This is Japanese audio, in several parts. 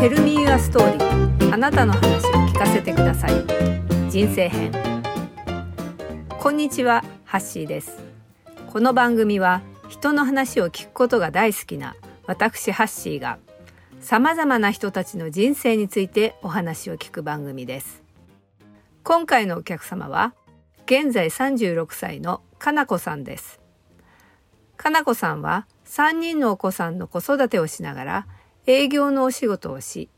テルミーアストーリーあなたの話を聞かせてください人生編こんにちはハッシーですこの番組は人の話を聞くことが大好きな私ハッシーがさまざまな人たちの人生についてお話を聞く番組です今回のお客様は現在36歳のかなこさんですかなこさんは3人のお子さんの子育てをしながら営業のお仕事をし、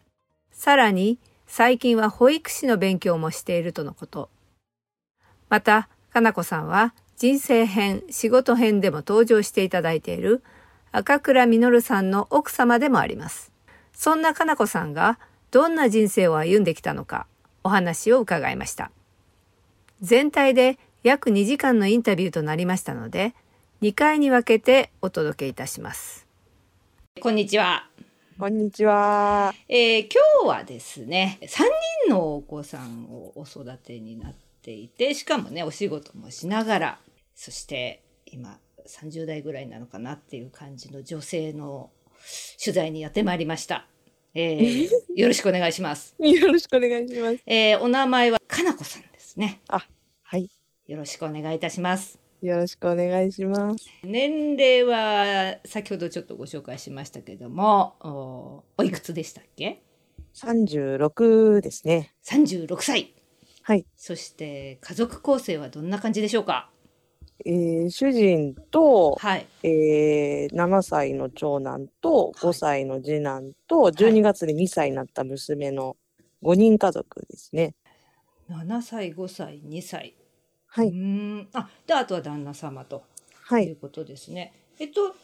さらに最近は保育士の勉強もしているとのこと。また、かなこさんは人生編、仕事編でも登場していただいている赤倉実さんの奥様でもあります。そんなかなこさんがどんな人生を歩んできたのかお話を伺いました。全体で約2時間のインタビューとなりましたので、2回に分けてお届けいたします。こんにちは。こんにちは。えー、今日はですね、3人のお子さんをお育てになっていて、しかもね、お仕事もしながら、そして今30代ぐらいなのかなっていう感じの女性の取材にやってまいりました。え ー、よろしくお願いします。よろしくお願いします。えー、お名前はかなこさんですね。あ、はい。よろしくお願いいたします。よろしくお願いします。年齢は先ほどちょっとご紹介しましたけども、おいくつでしたっけ？三十六ですね。三十六歳。はい。そして家族構成はどんな感じでしょうか？えー、主人と、はい、えー、7歳の長男と5歳の次男と、はい、12月で2歳になった娘の5人家族ですね。はい、7歳5歳2歳はい。うんあ、で、あとは旦那様と。。はいいうことですね。えっと、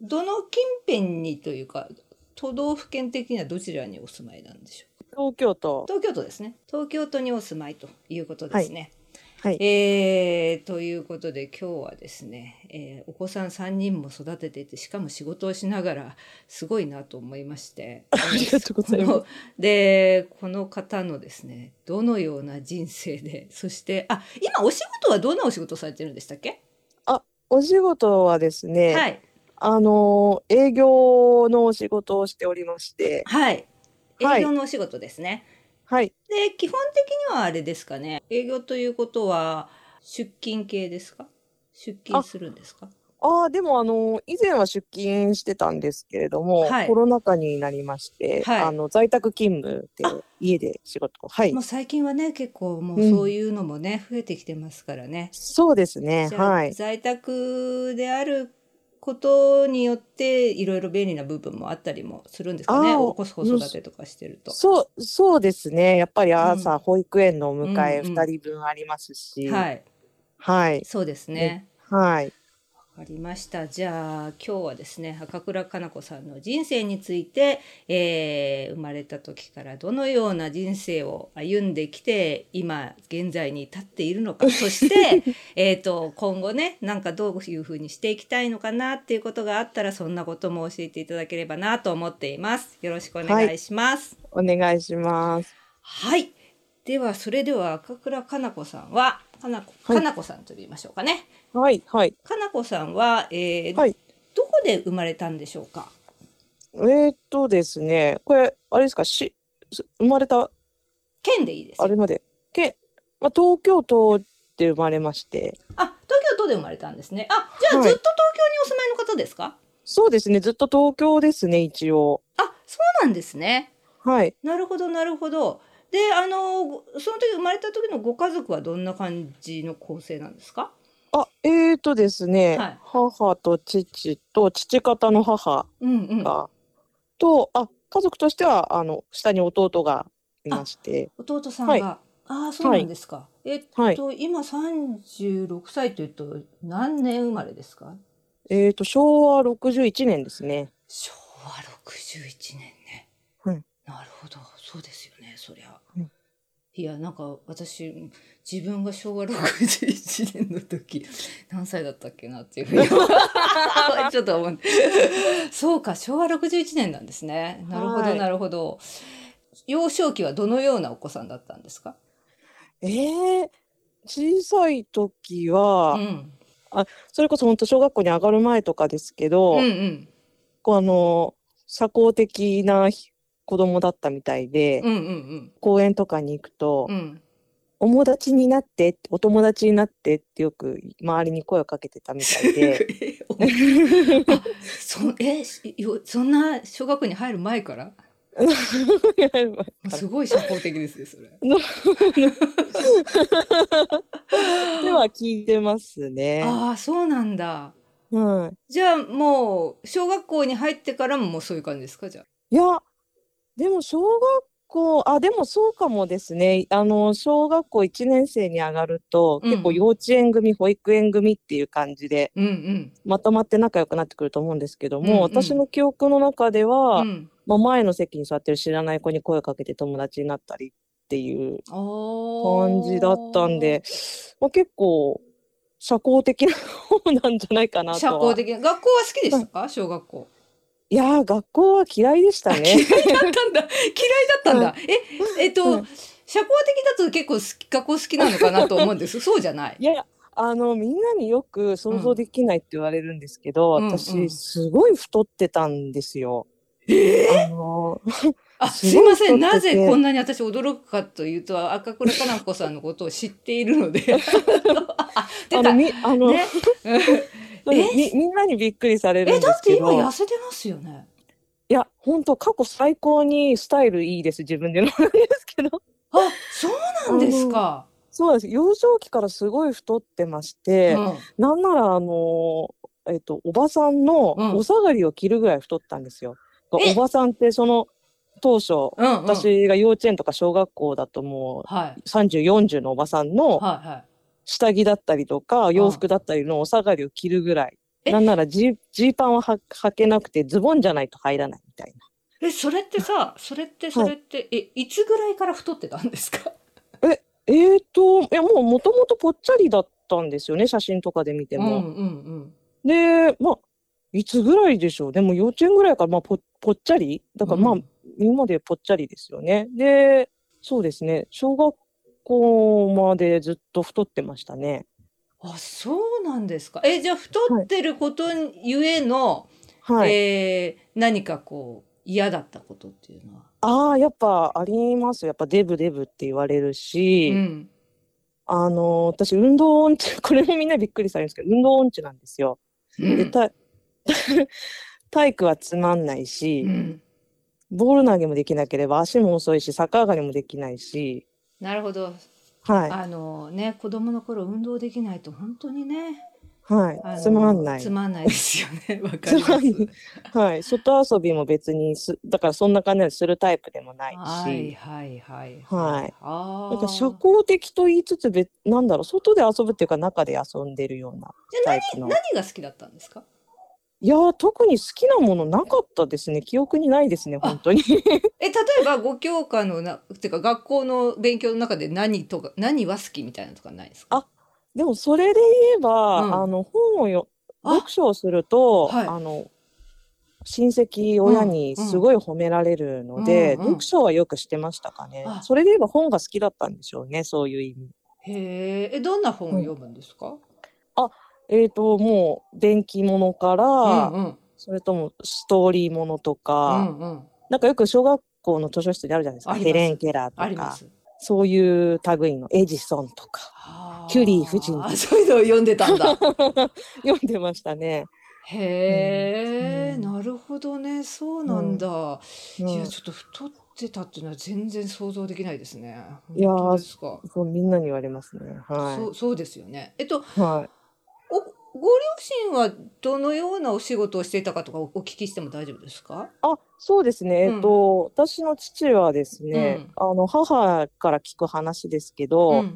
どの近辺にというか、都道府県的にはどちらにお住まいなんでしょう東京都。東京都ですね。東京都にお住まいということですね。はい。はい、えー、ということで今日はですね、えー、お子さん3人も育てていてしかも仕事をしながらすごいなと思いまして ありがとうございますでこの方のですねどのような人生で そしてあ今お仕事はどんなお仕事されてるんでしたっけあお仕事はですね、はい、あの営業のお仕事をしておりましてはい営業のお仕事ですね、はい、で基本的にはあれですかね営業ということは出勤系ですか出勤するんですかああでもあの以前は出勤してたんですけれども、はい、コロナ禍になりまして、はい、あの在宅勤務で家で仕事はいもう最近はね結構もうそういうのもね、うん、増えてきてますからねそうですねはい在宅であることによっていろいろ便利な部分もあったりもするんですかねお子子育てとかしてると。そうそうですねやっぱり朝、うん、保育園のお迎え2人分ありますし、うんうん、はい、はい、そうですね。はい、わかりましたじゃあ今日はですね赤倉かな子さんの人生について、えー、生まれた時からどのような人生を歩んできて今現在に至っているの かそしてえと今後ねなんかどういうふうにしていきたいのかなっていうことがあったらそんなことも教えていただければなと思っています。よろしくお願いします。はい、お願いします。はいではそれでは赤倉かな子さんはかなこ、かなこさんと言いましょうかね。はい、はい。かなこさんは、えー、はい、どこで生まれたんでしょうか。えー、っとですね、これ、あれですか、し、生まれた。県でいいです。あれまで、県、まあ、東京都で生まれまして。あ、東京都で生まれたんですね。あ、じゃあ、ずっと東京にお住まいの方ですか、はい。そうですね、ずっと東京ですね、一応。あ、そうなんですね。はい。なるほど、なるほど。であのその時生まれた時のご家族はどんな感じの構成なんですかあえーとですね、はい、母と父と父方の母が、うんうん、とあ家族としてはあの下に弟がいまして弟さんが、はい、ああそうなんですか、はい、えっと、はい、今36歳というと何年生まれですかえーと昭和61年ですね昭和61年ね、うん、なるほどそうですよねそりゃ、うん、いやなんか私自分が昭和61年の 時何歳だったっけなっていうふうにちょっと思ってそうか昭和61年なんですねなるほどなるほど、幼少期はどのようなお子さんだったんですかえー、小さい時は、うん、あそれこそ本当小学校に上がる前とかですけど、うんうん、こうあの社交的な子供だったみたいで、うんうん公園とかに行くと、うん うん友達になって、お友達になってってよく周りに声をかけてたみたいで、そえしよそんな小学校に入る前からもうすごい社交的ですねそれ。では聞いてますね。ああそうなんだ。はじゃあもう小学校に入ってからももうそういう感じですかじゃあ。い、いや、でも小学校、あ、でもそうかもですね。あの、小学校1年生に上がると、うん結構幼稚園組、保育園組っていう感じで、うんうん。まとまって仲良くなってくると思うんですけどうんうんも、私の記憶の中では、うん、まあ、前の席に座ってる知らない子に声をかけて友達になったりっていう感感じだったんで、まあ、結構社交的な方なんじゃないかなとは社交的な学校は好きでしたか小学校。いやー学校は嫌いでしたねだったんだ嫌いだったんだ。ええっと、うん社交的だと結構好き学校好きなのかなと思うんですそうじゃないい。やあのみんなによく想像できないって言われるんですけど、うんうんうん私すごい太ってたんですよ。あのあすすいごいません太ってなぜてこんなに私驚くかというと赤倉かな子さんのことを知っている のであ出あたのねみあの、えみみんなにびっくりされるえんでだっすてけ今ど痩せてますよねいや本当過去最高にスタイルいいです自分で言うのも なんですけどあそうなんですか、そうなんです幼少期からすごい太ってまして、うんなんならあのえっとおばさんのうんお下がりを着るぐらい太ったんですよ。えおばさんってその当初、うんうん、私が幼稚園とか小学校だともはい、う30、40のおばさんのはいはい下着だったりとか洋服だったりのお下がりを着るぐらい。えなんならジージーパンはは履けなくてズボンじゃないと入らないみたいえそれってさそれってそれって、えいつぐらいから太ってたんですかな。えーと、いやもうもともとぽっちゃりだったんですよね、写真とかで見てうも。んうんうんで、まあ、いつぐらいでしょう。でも幼稚園ぐらいから、まあ、ぽぽっちゃりだからまあ、うん今までぽっちゃりですよね。で、そうですね。小学校までずっと太ってましたね。あそうなんですかえじゃあ太ってることゆえの、はい。えー何かこう嫌だったことっていうのは、ああ、やっぱあります。やっぱデブデブって言われるし、うん、あの、私運動音痴、 これもみんなびっくりされるんですけど、運動音痴なんですよ。で、た 体育はつまんないし、うんボール投げもできなければ足も遅いし、逆上がりもできないし、なるほど、はい。あのね子供の頃運動できないと本当にねはあい、のつまんないつ。まんないですよねわかりまつまんないすはい、外遊びも別にす、だからそんな感じでするタイプでもないはいし、はいはいはいあーなんか社交的と言いつつ別、なんだろう、外で遊ぶっていうか中で遊んでるようなじゃあタイプの。何何が好きだったんですかいやー、特に好きなものなかったですね。記憶にないですね、本当に。 え例えばご教科のなてか学校の勉強の中で何とか何は好きみたいなのとかないですかあでも、それで言えば、うんあの、本をよ、あ読書をすると、はいあの、親戚、親にすごい褒められるのうで、んうん読書はよくしてましたかね。あそれで言えば本が好きだったんでしょうね、そういう意味。へーえどんな本を読むんですか、えーと、もう、電気ものから、うんうんそれともストーリーものとうか、んうんなんかよく小学校の図書室であるじゃないですか。ありますヘレン・ケラあーりとまか、すそういう類のエジソンとか、キュリー夫人あーそういうのを読んで たんだ読んでましたね。へえ、うんなるほどねそうなんだ、うんいやちょっと太ってたっていうのは全然想像できないですねいやー本当ですか、そうみんなに言われますね。そはうそうですよねえっとい。はい。おご両親はどのようなお仕事をしていたかとかおお聞きしても大丈夫ですかあ、そうですね。うんえっと、私の父はですね、あの、母から聞く話ですけど、ん、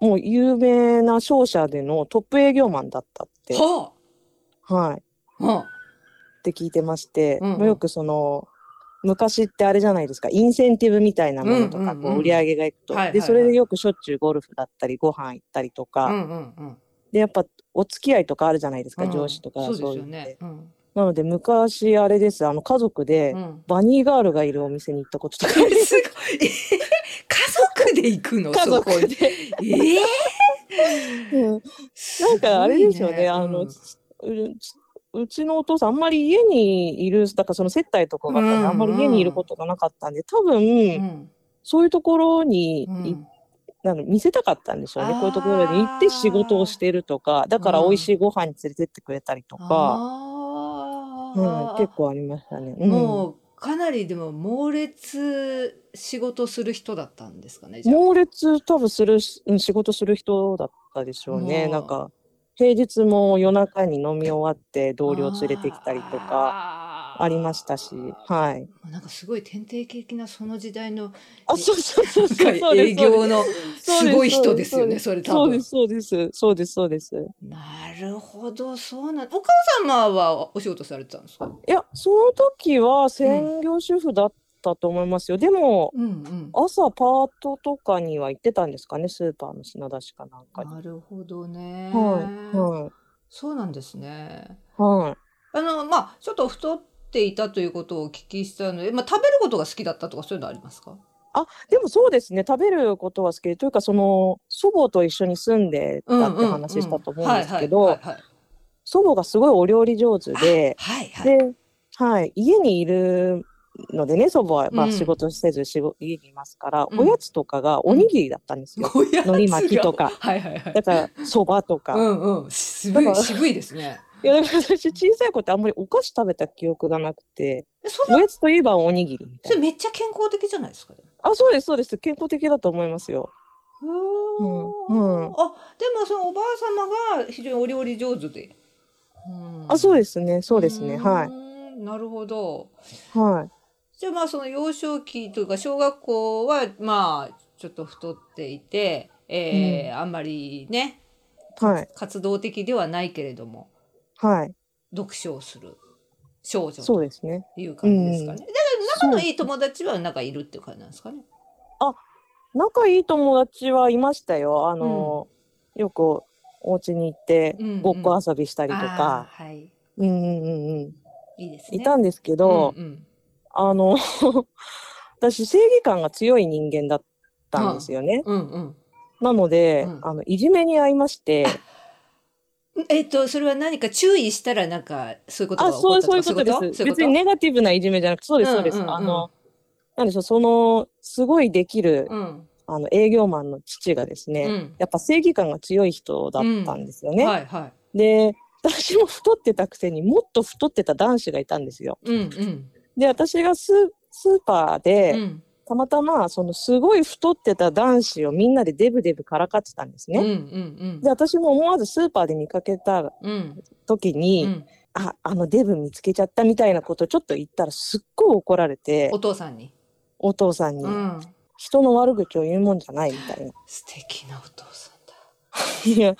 もう有名な商社でのトップ営業マンだったって、ははい。あ、はあ、って聞いてまして、うんうんまあよくその昔ってあれじゃないですかインセンティブみたいなものとか、うんうんうんこう売り上げがいくと、はいはいではいそれでよくしょっちゅうゴルフだったりご飯行ったりとか、うんうんうんでやっぱお付き合いとかあるじゃないですか、うん上司とかそうですそういようのってねうんなので昔あれですあの家族で、うんバニーガールがいるお店に行ったこととかえすごいえへへ家族で行くの家 そこ族にで、ええうんすなごいんかあれですよねうあんの、うるうちのお父さん、あんまり家にいる、だからその接待とかがあったうんんで、うんあんまり家にいることがなかったんで、多分、うんそういうところに、うんいあの見せたかったんでしょうねあー。こういうところに行って仕事をしてるとか、だから美味しいご飯に連れてってくれたりとか、あうんー結構ありましたね。うんもうかなりでも猛烈仕事する人だったんですかねじゃあ猛烈多分するし、うん仕事する人だったでしょうね。もうなんか、平日も夜中に飲み終わって同僚連れてきたりとか、かありましたし、はい。なんかすごい典型的なその時代のあ、そうそうそうなんそかう。そう 営です業のそうですすごい人ですよねそれ多そうで分す、そうです、そうです、そうです。いなるほどそうなんお母様はお仕事されてたんですかや、その時は専業主婦だったと思いますよ。でも、うんうん朝パートとかには行ってたんですかね、スーパーの品出しかなんかに。なるほどね、はい、はい、そうなんですねはい。あのまあちょっと太っていたということをお聞きしたので、まあ、食べることが好きだったとかそういうのありますかでもそうですね、食べることは好きで、というか、その祖母と一緒に住んでたって話したと思うんですけはいど、はい祖母がすごいお料理上手で、はいはいはいで、はい、家にいるのでね、祖母は、まうあ、ん仕事せず仕事家にいますから、うんおやつとかがおにぎりだったんですよ。 ごやつが海苔巻きとかはいはいはいだから、そばとか。うんうん渋だいから渋いです ねいや、だから私、小さい子ってあんまりお菓子食べた記憶がなくて、えそれおやつといえばおにぎりみそたいれな。めっちゃ健康的じゃないですか、ねあ、そうです、そうです。健康的だと思いますよ。うーうんうあんでもそのおばあ様が非常にお料理上手で、あ、そうでですね、そうですね。はい。いなるほどはい。じゃあまあその幼少期というか小学校はまあちょっと太っていて、えーあんまりねはい。活動的ではないけれどもはい。読書をする少女そとうですね。いう感じですかね、だから仲のいい友達は仲いるっていう感じなんですかね仲いい友達はいましたよ。あの、よくお家に行ってうんうんごっこ遊びしたりとあか、ーはいうんうんうんうん、いいですねいたんですけど、うんうんあの 私正義感が強い人間だったんですよね。うんうんなので、うんあのいじめに遭いまして、えっと、それは何か注意したら、なんか、そういうことがあ、起こそっうたそういうとことかです。そういうこ別とにネガティブないじめじゃなくて、そうですそうです。うんうんうんあのなんでしょうそのすごいできる、うん。あの営業マンの父がですね、うんやっぱ正義感が強い人だったんですよね。はいはで私も太ってたくせにもっと太ってた男子がいたんですよ。い。うんうん。で私がススーパーで、うんたまたまそのすごい太ってた男子をみんなでデブデブからかってたんですうんうね。んで私も思わずスーパーで見かけたうん。うん時に、うん。ああのデブ見つけちゃったみたいなことちょっと言ったらすっごい怒られてお父さんに。お父さんに、うん。人の悪口を言うもんじゃないみたいな。 素敵なお父さんだ。いやい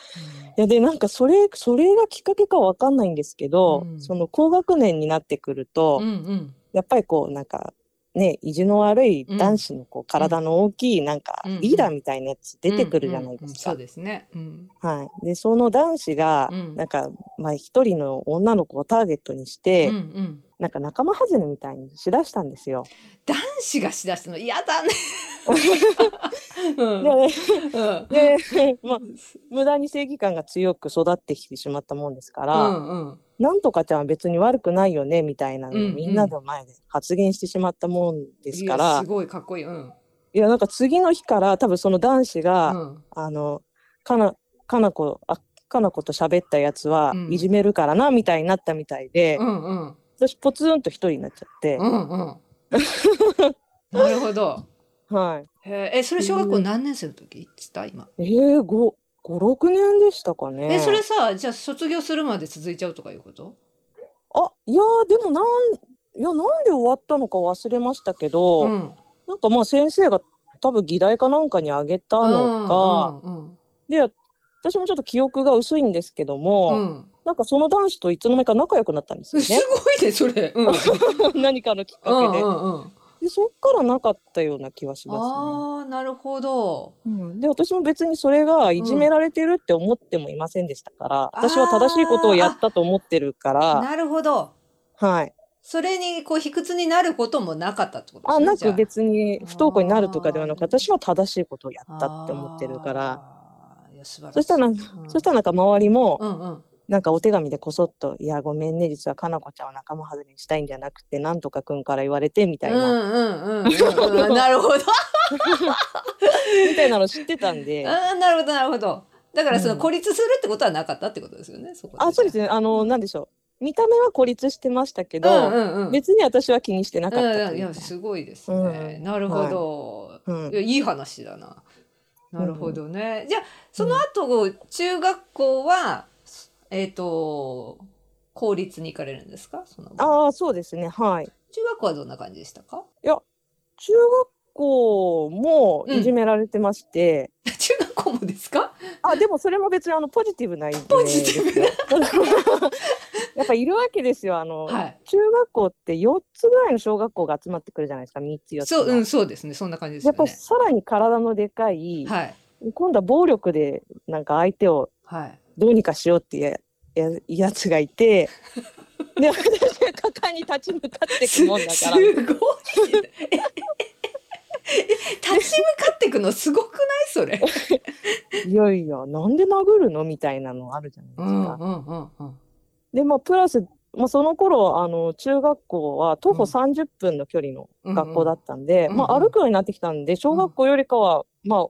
やでなんかそれそれがきっかけかわかんないんですけど、うんその高学年になってくると、うんうん。やっぱりこうなんかね意地の悪いうん男子のこう体の大きいなんかうんうんリーダーみたいなやつ出てくるじゃないうでんうんすそうか。ですね。うん。はい、でその男子がうんなんかまあ一人の女の子をターゲットにしうんてうん。なんか仲間外れみたいにしだしたんですよ。男子がしだしたの嫌 だね。うん。でうん。でまあ無駄に正義感が強く育ってきてしまったもんですから、うんうん。なんとかちゃんは別に悪くないよねみたいなのをうんうんみんなの前で発言してしまったもんですかいら、やいすやごいかっこいい。うん。なんか次の日から多分その男子うが、ん。あのかなかな子あかな子と喋ったやつはうんいじめるからなみたいになったみたいで、うんうん。私ポツンと一人になっちゃってう、 んうん。なるほど。はいへええ、それ小学校何年生の時っつった今。えー、ご56年でしたかねえ、それさ、じゃあ卒業するまで続いちゃうとかいうことあいやーでもなんいやなんで終わったのか忘れましたけど、うん。なんかまあ先生が多分議題かなんかにあげたのか、うんうんで私もちょっと記憶が薄いんですけども、うんうんなんかその男子といつの間にか仲良くなったんですすよごねいね、それ。うん。うん 何かのきっかうんけで,、うん。でそっからなかったような気はしますね。ああ、なるほど。うん、で私も別にそれがいじめられてるって思ってもいませんでしたから、私は正しいことをやったと思ってるからなるほど。はい、それに、こう、卑屈になることもなかったってことあなじゃく別に不登校になるとかではなくあー私は正しいことをやったって思ってるから、あー。いや素晴らしいそしたらなんか、うんそしたらなんか周りも、うんうん。なんかお手紙でこそっと「いやごめんね実はかなこちゃんは仲間外れにしたいんじゃなくてなんとかくんから言われて」みたいな、うんうんうんうんうんなるほどみたいなの知ってたんで。あーなるほどなるほどだからそのうん孤立するってことはなかったってことですよねそこあそうですねねあの、なんでしょう見た目は孤立してましたけうど、んうんうん別に私は気にしてなかったうとんいいうやかすごいですね、なるほど、うんいやいい話だななるほどね、じゃあその後、中学校はえっ、と公立に行かれるんですかその後ああそうですねはい中学校はどんな感じでしたか 中学校もいじめられてまして、中学校もですかあでもそれも別にあのポジティブないポジティブな やっぱいるわけですよあの、はい中学校って4つぐらいの小学校が集まってくるじゃないですか3つ4つそううのんそうですねそんな感じですやよっぱねさらに体のでかい、はい今度は暴力でなんか相手をはいどうにかしようってやややつが いてで私が果敢に立ち向かっていくもんだすからごいえ立ち向かっていくのすごくないそ れいやいやなんで殴るのみたいなのあるじゃないですか。うんうんうんでまあプラス、まあ、その頃あの中学校は徒歩うん30分の距離のうん学校だったんで、うんうんまあ、歩くようになってきたんで小学校よりかは、まあ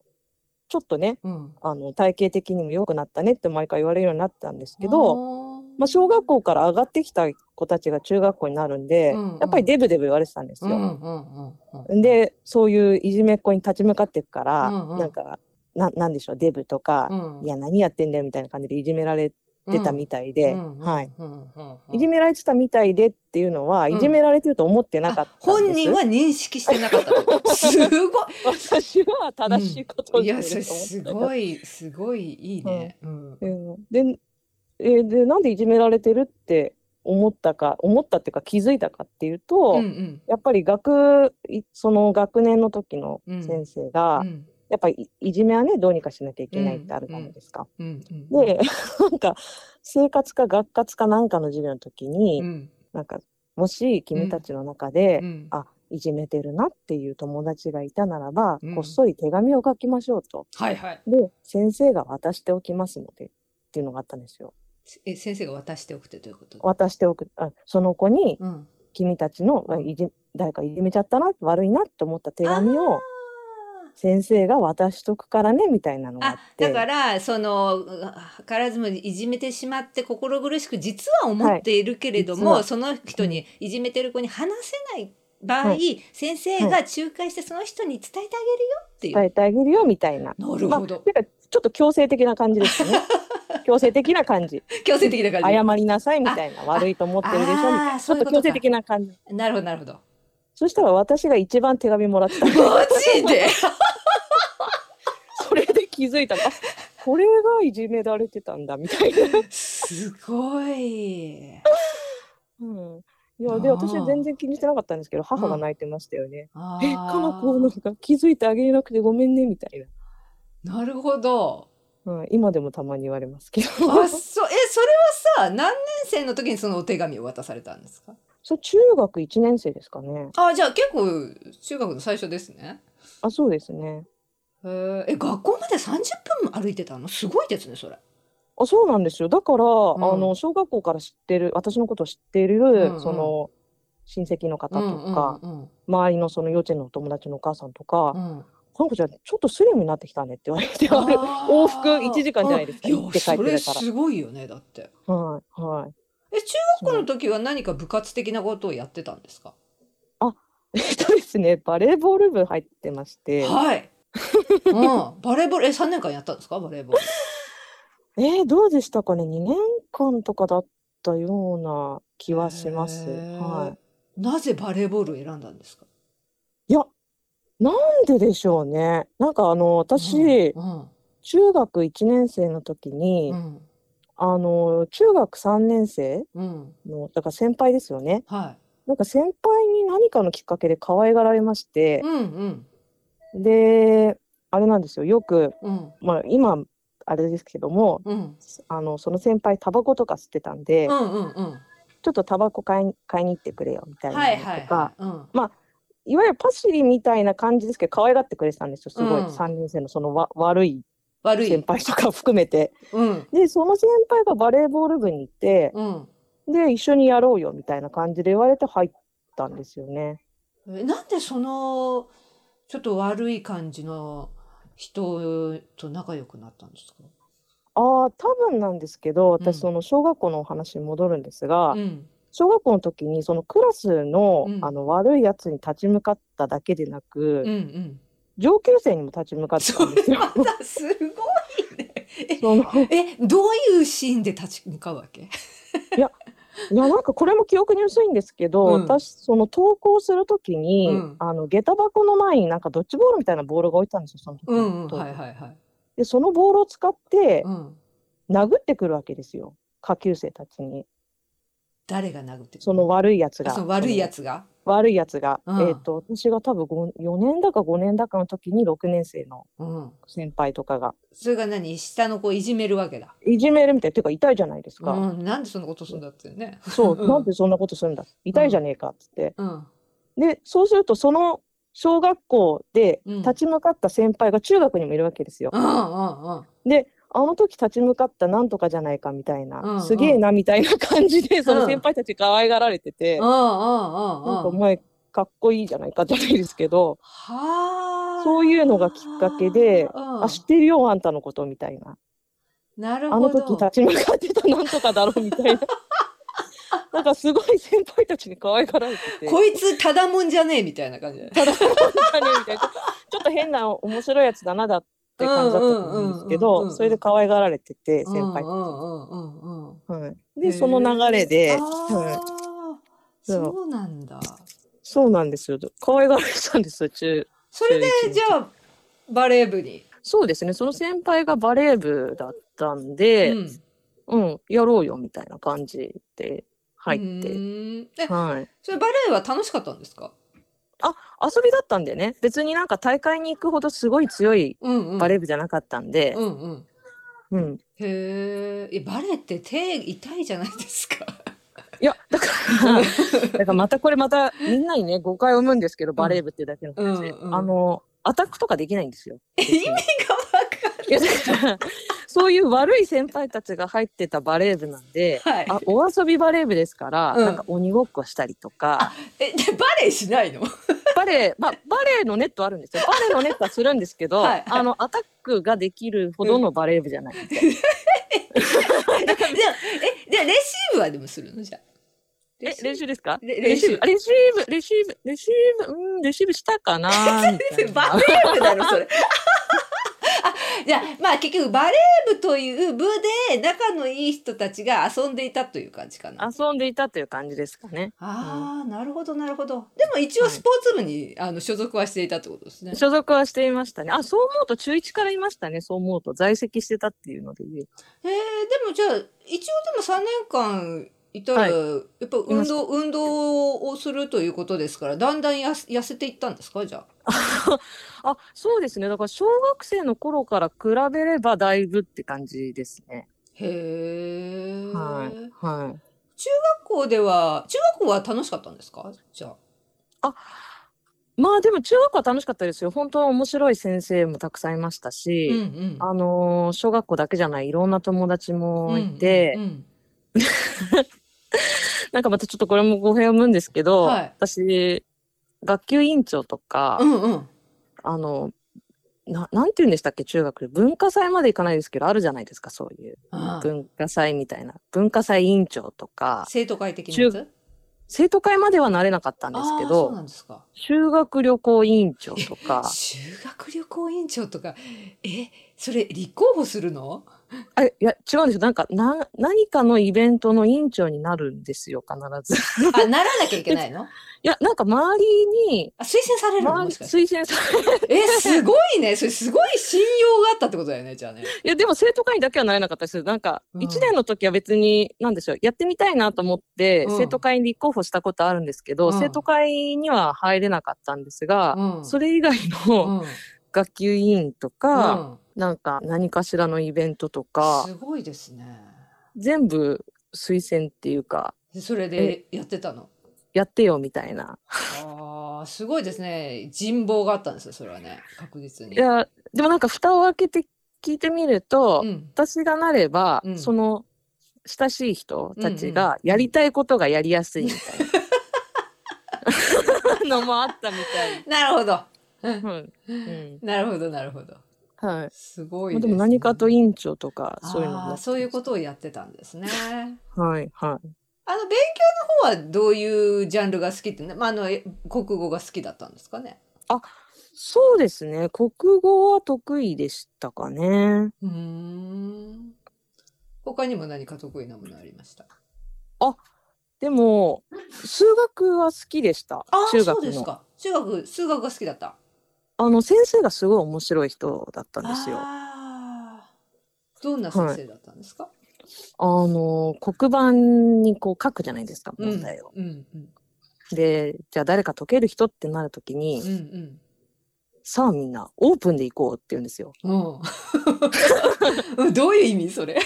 ちょっとねうんあの体型的にも良くなったねって毎回言われるようになったんですけど、どまあ、小学校から上がってきた子たちが中学校になるんで、うんうんやっぱりデブデブ言われてたんですうんうんよ。うんうん、でそういういじめっ子に立ち向かっていくから、うんうんなんかななんでしょうデブとか、うん、いや何やってんだよみたいな感じでいじめられてたみたいで、うんうんはい、うんうんうんいじめられてたみたいでっていうのは、んいじめられてると思ってなかったんです本人は認識してなかったって こと。すご私は正しいことをい。いしてや、るそれと思ってすたごい、すごいいいね。うん。うんでえーでなんでいじめられてるって思ったか思ったっていうか気づいたかっていううんと、うんやっぱり学いその学年の時の先生が、うんやっぱりいいじめはねどうにかしなきゃいけないってあるじゃないですか。うんうんでなんか生活か学活かなんかの授業の時に、うんなんかもし君たちの中で、うんあいじめてるなっていう友達がいたならば、うんこっそり手紙を書きましょうと。はいはい。で先生が渡しておきますのでっていうのがあったんですよ。え、先生が渡しておくってどういうこと。渡しておくあその子にうん。君たちの、あいじ誰かいじめちゃったな悪いなって思った手紙を先生が渡しとくからねみたいなのがあっあてだからその図らずもいじめてしまって心苦しく実は思っているけれども、はい実はその人にいじめてる子に話せない場合、は先生が仲介してその人に伝えてあげるよっていう。伝えてあげるよみたいな。なるほどまあ、てかちょっと強制的な感じです よね。強制的な感じ。強制的な感じ。謝りなさいみたいな悪いと思ってるでしょみたいあーな。ちそょうっいうこととか強制的な感じ。なるほどなるほど。そしたら私が一番手紙も らってたマジ でそれで気づいたのあこれがいじめられてたんだみたいな。すごい。うんいやであー私は全然気にしてなかったんですけど母が泣いてましたよね。あーえかなこなんか気づいてあげれなくてごめんねみたいな。なるほど。うん、今でもたまに言われますけど。あそうえそれはさ何年生の時にそのお手紙を渡されたんですか。 そう中学1年生ですかね。あじゃあ結構中学の最初ですね。あそうですね。へーえ学校まで30分も歩いてたのすごいですねそれ。あそうなんですよだかんら、あの小学校から知ってる私のことを知ってる、んうんその親戚の方とか、うん周りのその幼稚園のお友達のお母さんとかう「んこうん、の子ちゃんちょっとスリムになってきたね」って言われては 往復1時間じゃないですかうんい行やって帰ってそたかられすごいよねだって。い はい。え中学校の時は何か部活的なことをやってたんですか。えっとですねバレーボール部入ってましてはい。うんバレーボールえ3年間やったんですかバレーボール。えーどうでしたかね2年間とかだったような気はします。へーはなぜバレーボールを選んだんですか。い、いやなんででしょうねなんかあの私、うん中学1年生の時に、うんあの中学3年生うんのだから先輩ですよねはなんか先輩に何かのきっかけで可愛がられましい。てう、んうんであれなんですよよく、うんまあ、今あれですけどもうんあのその先輩タバコとか吸ってたんで、うんうんうん。ちょっとタバコ買いに買いに行ってくれよみたいなはいのとか、はいいはい。うんわゆるパシリみたいな感じですけど可愛がってくれてたんですよすごい、うん3年生のそのわ悪い悪先い。輩とか含めて。うん。で、その先輩がバレーボール部に行って、うん。で、一緒にやろうよみたいな感じで言われて入ったんですよね。えなんでその、ちょっと悪い感じの人と仲良くなったんですかああ、多分なんですけど、うん私、その小学校のお話に戻るんですが、ん。小学校の時に、そのクラスの、うんあの悪いやつに立ち向かっただけでなく、うんうん。上級生にも立ち向かったそんですれよ。 またすごいね。その え、どういうシーンで立ち向かうわ けいやなんかこれも記憶に薄いんですけど、うん私その登校するときに、うんあの下駄箱の前になんかドッジボールみたいなボールが置いてたんですよその時にうんうん。はいはいはい。でそのボールを使ってうん。殴ってくるわけですよ下級生たちに誰が殴ってくるその悪いやつあがその悪いやつが。その悪いやつが、うんえっ、と私が多分ご4年だか5年だかの時に6年生のうん。先輩とかがそれが何下の子をいじめるわけだ。いじめるみたいっていうか痛いじゃないですか、うん。なんでそんなことするんだってね。そううんなんでそんなことするんだ痛いじゃねえかっつって、うん。で、そうすると、その小学校でうん立ち向かった先輩が中学にもいるわけですよ。うんうんうん。で、あの時立ち向かったなんとかじゃないかみたいな、うんうんすげえなみたいな感じで、その先輩たち可愛がられてて、うんうんなんかおうんうん。前かっこいいじゃないかじゃないですけど、はあ。そういうのがきっかけでうんあ、知ってるよ、あんたのことみたいな。なるあのほど。時立ち向かってたなんとかだろう みたいな。なんかすごい先輩たちに可愛がられてて。こいつただもんじゃねえみたいな感じだねただ本当にみたいなちょちょっと変な面白いやつだなだって感じだったと思うんですけうんうんうんうんどうんそれで可愛がられてて先輩うたんうんうんうんうん。ち、はい、でその流れで、あーはいそうそうなんだ。そうなんですよ可愛がられてたんですよ中それで中一の時じゃあバレー部に。そうですねその先輩がバレー部だったんで、うんうんやろうよみたいな感じで入って、うーんえ、はい、それバレーは楽しかったんですか？遊びだったんでね別になんか大会に行くほどすごい強いうんうん。バレー。ー部じゃなかったんで、うんうん。うん、へーえ。バレーって手痛いじゃないですか。いや、だから、 だからまたこれまたみんなにね、誤解を生むんですけど、バレー部ってだけの話で、うんうんあの、アタックとかできないんですよ。意味がわかいや、だから、そういう悪い先輩たちが入ってたバレー部なんで、る。はい。あお遊びバレー部ですから、うんなんか鬼ごっこしたりとか、えでバレーしないの？バレー、まあ、バレーのネットあるんですよ。バレーのネットはするんですけど、はいあの、アタックができるほどのバレー部じゃない。えでえでレシーブはでもするのじゃあ。え、練習習ですかレ練習あレシーブ、レシーブ、レシーブ、うん、レシーブし たかなみたいバな。レー部だろそれ。 あじゃあまあ結局バレー部という部で仲のいい人たちが遊んでいたという感じかな。遊んでいたという感じですかね。ああ、なるほどなるほど。でも一応はいスポーツ部に、あの所属はしていたってことですね。所属はしていましたね。あ、そう思うと中1からいましたね。そう思うと在籍してたっていうので言う。えー、でもじゃあ一応でも3年間いたら、はいやっぱ運動運動をするということですからだんだんやす痩せていったんですかじゃあ。あ、そうですね。だから小学生の頃から比べればだいぶって感じですね。へえ。はい。はい。学校では中学校は楽しかったんですかじゃあ。まあでも中学校は楽しかったですよ。本当面白い先生もたくさんいましたし、うんうんあのー小学校だけじゃないいろんな友達もいて、うんうんうんなんかまたちょっとこれも語弊を生むんですけど、はい私、学級委員長とか、うんうん。あの、ななんて言うんでしたっけ中学で文化祭まで行かないですけどあるじゃないですかそういうああ文化祭みたいな文化祭委員長とか生徒会的なやつ生徒会まではなれなかったんですああけそうどなんですか。修学旅行委員長と か修学旅行委員長とか、え、それ立候補するの？あいや違うんですよなんかな何かのイベントの委員長になるんですよ必ず いあ、ならなきゃいけない の？やなんか周りにあ、推薦されるの周もりしかして。推薦されえ、すごいね。それすごい信用があったってことだよね、じゃあ ね。いやでも生徒会にだけはなれなかったですなんかうん1年の時は別に何でしょうやってみたいなと思ってうん生徒会に立候補したことあるんですけど、うん生徒会には入れなかったんですが、うんそれ以外のうん学級委員とか、うんなんか何かしらのイベントとかすごいですね。全部推薦っていうかでそれでやってたの。やってよみたいな。ああ、すごいですね。人望があったんですよ、それはね、確実に。いやでもなんか蓋を開けて聞いてみると、うん私がなれば、うんその親しい人たちがやりたいことがやりやすいみた いなのもあったみなるほど。たい。うんうんなるほどなるほど。はいすごいまあすでねも何かと委員長とかあーそういうのもそういうことをやってたんですね。はいはいあの勉強の方はどういうジャンルが好きってね、まああのえ国語が好きだったんですかね。そうですね国語は得意でしたかねうーん。他にも何か得意なものありました。でも数学は好きでしたああ、中そう学ですのか。中学数学が好きだった。あの先生がすごい面白い人だったんですよあーどんな先生だったんですか。あの黒板にこう書くじゃないですかうん問題を、うんうんでじゃあ誰か解ける人ってなるときに、うんさあみんなオープンで行こうって言うんですようん。うん どういう意味それ。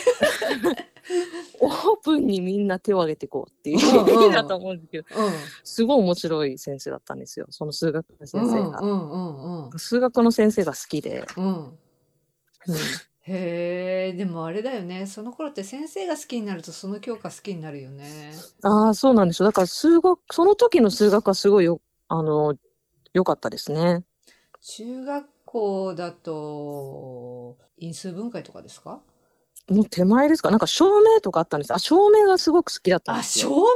オープンにみんな手を挙げてこうっていううんうん意味だと思うんですけどうん。すごい面白い先生だったんですよその数学の先生がう、んうんうん数学の先生が好きで、うん。うん。へえでもあれだよねその頃って先生が好きになるとその教科好きになるよね。ああそうなんですよだから数学その時の数学はすごいよあの良かったですね中学校だと因数分解とかですかもう手前ですかなんか照明とかあったんですあ照明がすごく好きだったんあです照よ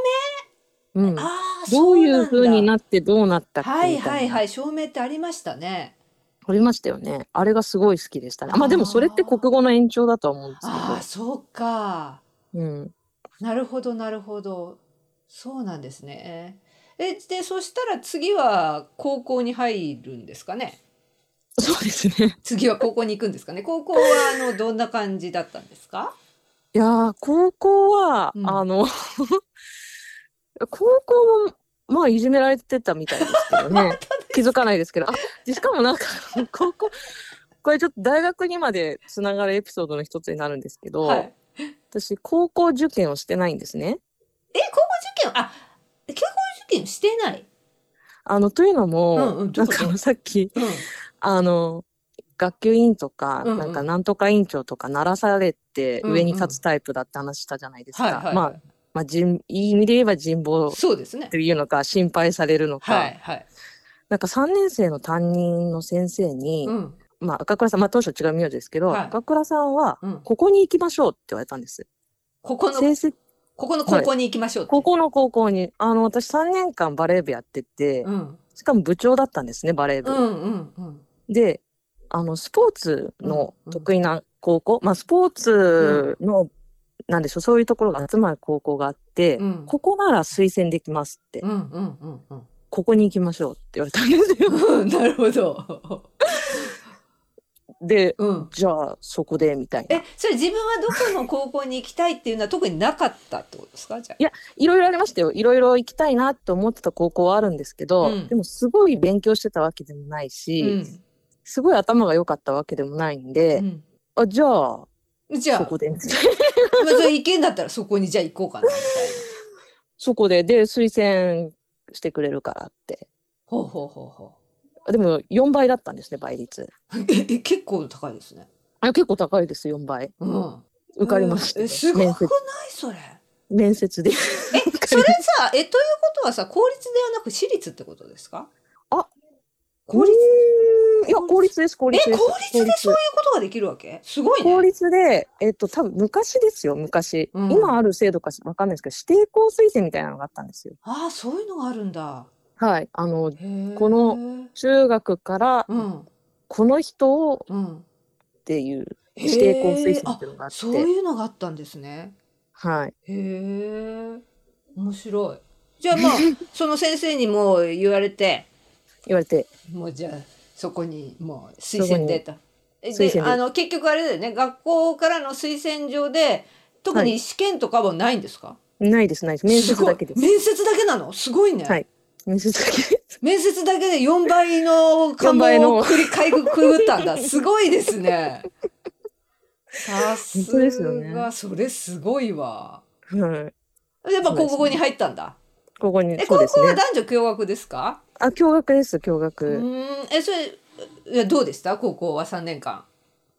明うん、あーどういうそ風なんだになってどうなったっけみたはいいな、はいはい照明ってありましたね。撮りましたよねあれがすごい好きでしたねあまあでもそれって国語の延長だとは思うんですああそうかけど、うん、なるほどなるほどそうなんですね。えでそしたら次は高校に入るんですかねそうですね次は高校に行くんですかね高校はあのどんな感じだったんですかいやー高校は、うんあの高校もまあいじめられてたみたいですけ どね気づかないですけどあでしかもなんか高校これちょっと大学にまでつながるエピソードの一つになるんですけど、はい私高校受験をしてないんですね。え高校受験あ高校受験してない、あのというのも、うんうんどうんぞなかあのさっきうん、あの学級委員とか、うんうんなんかなんとか委員長とか鳴らされてうんうん上に立つタイプだって話したじゃないですか。はいはいはい、まあ、まあ、人いい意味で言えば人望そうですねっていうのか心配されるのか、はいはい、なんか3年生の担任の先生に、うんまあ赤倉さん、まあ、当初違う名字ですけど、はい赤倉さんはうん、ここに行きましょうって言われたんです。ここの成績ここの高校に行きましょうってここの高校にあの私3年間バレー部やってて、うんしかも部長だったんですねバレーう部。んうんうんであのスポーツのうんうん得意な高校、まあ、スポーツの、なんでしょうそういうところが集まる高校があって、うんここなら推薦できますって、うんうんうんうん ここに行きましょうって言われたんですよ。うんなるほどでうんじゃあそこでみたいなえそれ自分はどこの高校に行きたいっていうのは特になかったってことですかじゃあいろいろありましたよいろいろ行きたいなと思ってた高校はあるんですけど、うんでもすごい勉強してたわけでもないうし、んすごい頭が良かったわけでもないんで、あじゃあうん、じゃあそこでみたいなまあそれ行けんだったらそこにじゃあ行こうかなみたいな。そこでで推薦してくれるからってほうほうほうほでも4倍だったんですね倍率う。ええ結構高いですね。あ結構高いです4倍うん。受かりました、うんえすご面く接ないそれ。面接でそれ さえということはさ公立ではなく私立ってことですか？あ公立うーんいや公立です公え立です公立でそういうことができるわけ？すごいね。公立で、えっと、多分昔ですよ、昔。うん今ある制度かわかんないですけど、指定校推薦みたいなのがあったんですよ。ああそういうのがあるんだ。はい。あへの、ーこの中学からうんこの人をうん。っていう指定校推薦ってへーいうのがああっそうて、いうのがあったんですね。はい。へえ面白い。じゃあまあ その先生にもう言われて。言われて、もうじゃあそこにもう推薦でと。え推で薦であの結局あれだよね学校からの推薦状で特に試験とかはないんですか、ないです、ないです。面接だけですご。い面接だけなのすごいね、はい面接だけです。面接だけで4倍の看4倍板をの繰り返くくぐったんだすごいですねさす本当ですよねがそれすごいわはい。やっぱそうですね高校に入ったんだ、ここにえ、そ高うです校はね。男女共学ですかあ、共学です、共う学。ーんえそれいやどうでした高校は3年間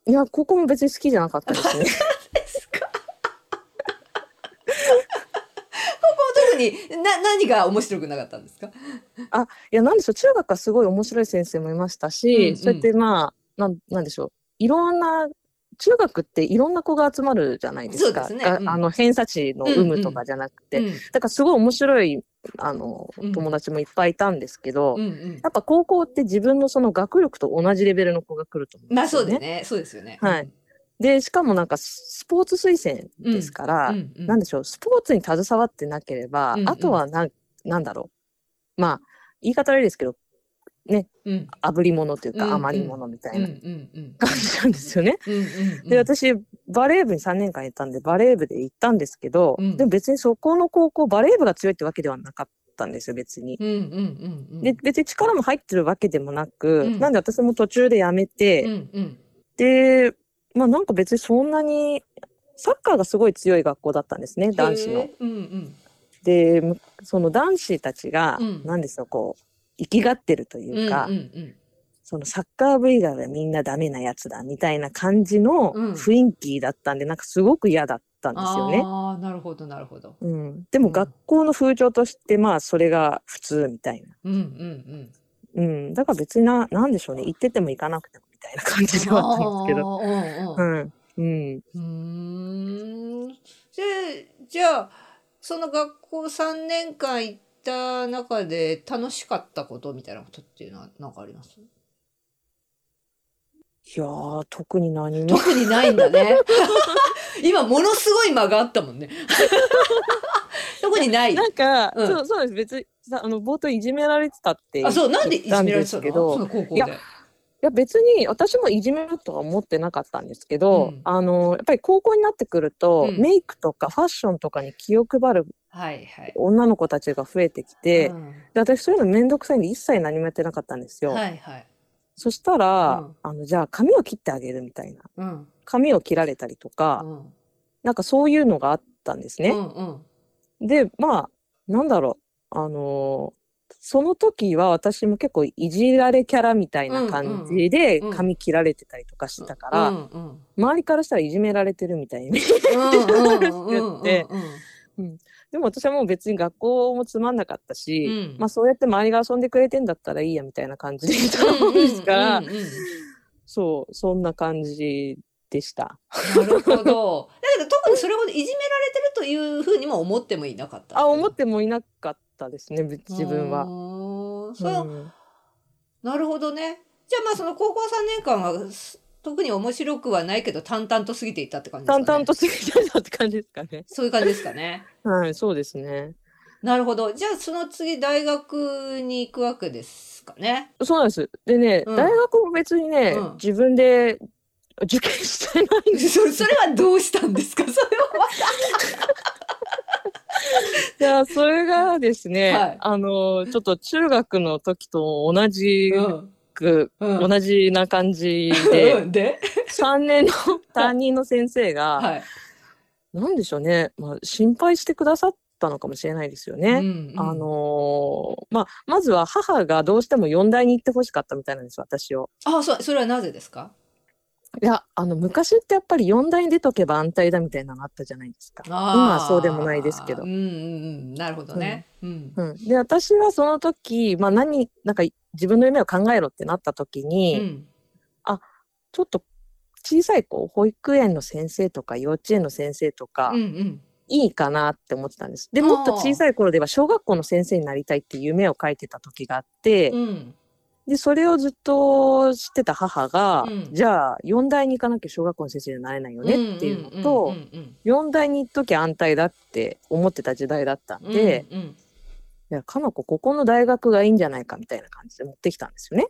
いや、ここも別に好きじゃなかったで すね。ですかここ特にな何が面白くなかったんですかいや、なんでしょう、中学はすごい面白い先生もいましたし、うんうんそうやってまあ、なん、なんでしょう、いろんな、中学っていろんな子が集まるじゃないですか。そうですねがうんあの、偏差値の有無とかじゃなくて、うんだからすごい面白い、あのうん、友達もいっぱいいたんですけど、うんうんやっぱ高校って自分のその学力と同じレベルの子が来ると思うんまあですそようね。ですねそうですよねはいで、しかもなんかスポーツ推薦ですから、うんうんなんでしょう、スポーツに携わってなければ、うんうんあとはなん、なんだろう。まあ、言い方悪いですけど、うん炙り物といううんかうん余り物みたういんうなんうん感じなんですよね。うんうんうんで、私、バレー部に3年間いたんで、バレー部で行ったんですけど、うんでも別にそこの高校、バレー部が強いってわけではなかったんですよ、別に。うんうんうんうんで、別に力も入ってるわけでもなく、うんなんで私も途中でやめて、うんうんで、まあなんか別にそんなに、サッカーがすごい強い学校だったんですね、男子のへ。えうんうんで、むその男子たちがうん、なんでしょう、こう、生きがってるというか、うんうんそのサッカー部以外はみんなダメなやつだみたいな感じのうん雰囲気だったんで、なんかすごく嫌だったんうんですよね。ああなるほどなるほどうん、でうもん学校の風潮としてまあそれが普通みたいな。うんうんうんうん、だから別にな、なんでしょうね。行ってても行かなくてもみたいな感じではあったんですけど。あーうんうんうん。ううーん。んでじゃあその学校3年間行った中で楽しかったことみたいなことっていうのは何かありますいやー、特に何も。特にないんだね 今ものすごい間があった もんね特にないなんか、うんそうそうです。別に、さあの、冒頭いじめられてたって。あそうなんでいじめられてた言ったんですけのどその高校いでやいや別に私もいじめるとは思ってなかったんですけど、うんあのやっぱり高校になってくると、うんメイクとかファッションとかに気を配るはいはい女の子たちが増えてきて、うでん私そういうのめんどくさいんで一切何もやってなかったんですよ。はいはいそしたら、うんあのじゃあ髪を切ってあげるみたいなうん髪を切られたりとか、うんなんかそういうのがあったんですうね。んうんでまあなんだろうあのーその時は私も結構いじられキャラみたいな感じでうんうん髪切られてたりとかしてたから、うんうん周りからしたらいじめられてるみた いに。うんうんうんうんってでも私はもう別に学校もつまんなかったし、うんまあそうやって周りが遊んでくれてんだったらいいやみたいな感 じでいたもんですから、うんうんうんそう、そんな感じでした。なるほど。だけど特にそれほどいじめられてるというふうにも思ってもいなかった。あ、思ってもいなかったですね、ぶ自分うは。ーんそう、うんなるほどね。じゃあまあその高校3年間はす特に面白くはないけど淡々と過ぎていったって感じですか淡ね。々と過ぎてたって感じですかね。そういう感じですかね。はい、そうですね。なるほど。じゃあその次大学に行くわけですか ね。そうなんです。でね、うん大学も別にね、うん自分で受験してないんそですそれはどうしたんですか。 それは。いや、それがですね、はいあの、ちょっと中学の時と同じうんく、うん同じな感じで、 うんで、 3年 の担任の先生が、はい。なんでしょうね、まあ、心配してくださったのかもしれないですよね。うんうんあのーまあ、まずは母がどうしても四大に行ってほしかったみたいなんですよ、私を。あ、そう、それはなぜですか。いや、あの、昔ってやっぱり四大に出とけば安泰だみたいなのあったじゃないですか。あー今はそうでもないですけどうんうんうん、なるほどね。うん。うん、で、私はその時、まあ、何、なんか自分の夢を考えろってなった時に、うんちょっと小さい子、保育園の先生とか幼稚園の先生とか、うんうん。いいかなって思ってたんです。で、もっと小さい頃では小学校の先生になりたいっていう夢を書いてた時があって、うん。で、それをずっと知ってた母が、うんじゃあ、四大に行かなきゃ小学校の先生になれないよねっていうのうんうと、ん四大に行っときゃ安泰だって思ってた時代だったんうんうん、で、うんうんいや、かの子、ここの大学がいいんじゃないかみたいな感じで持ってきたんですよね。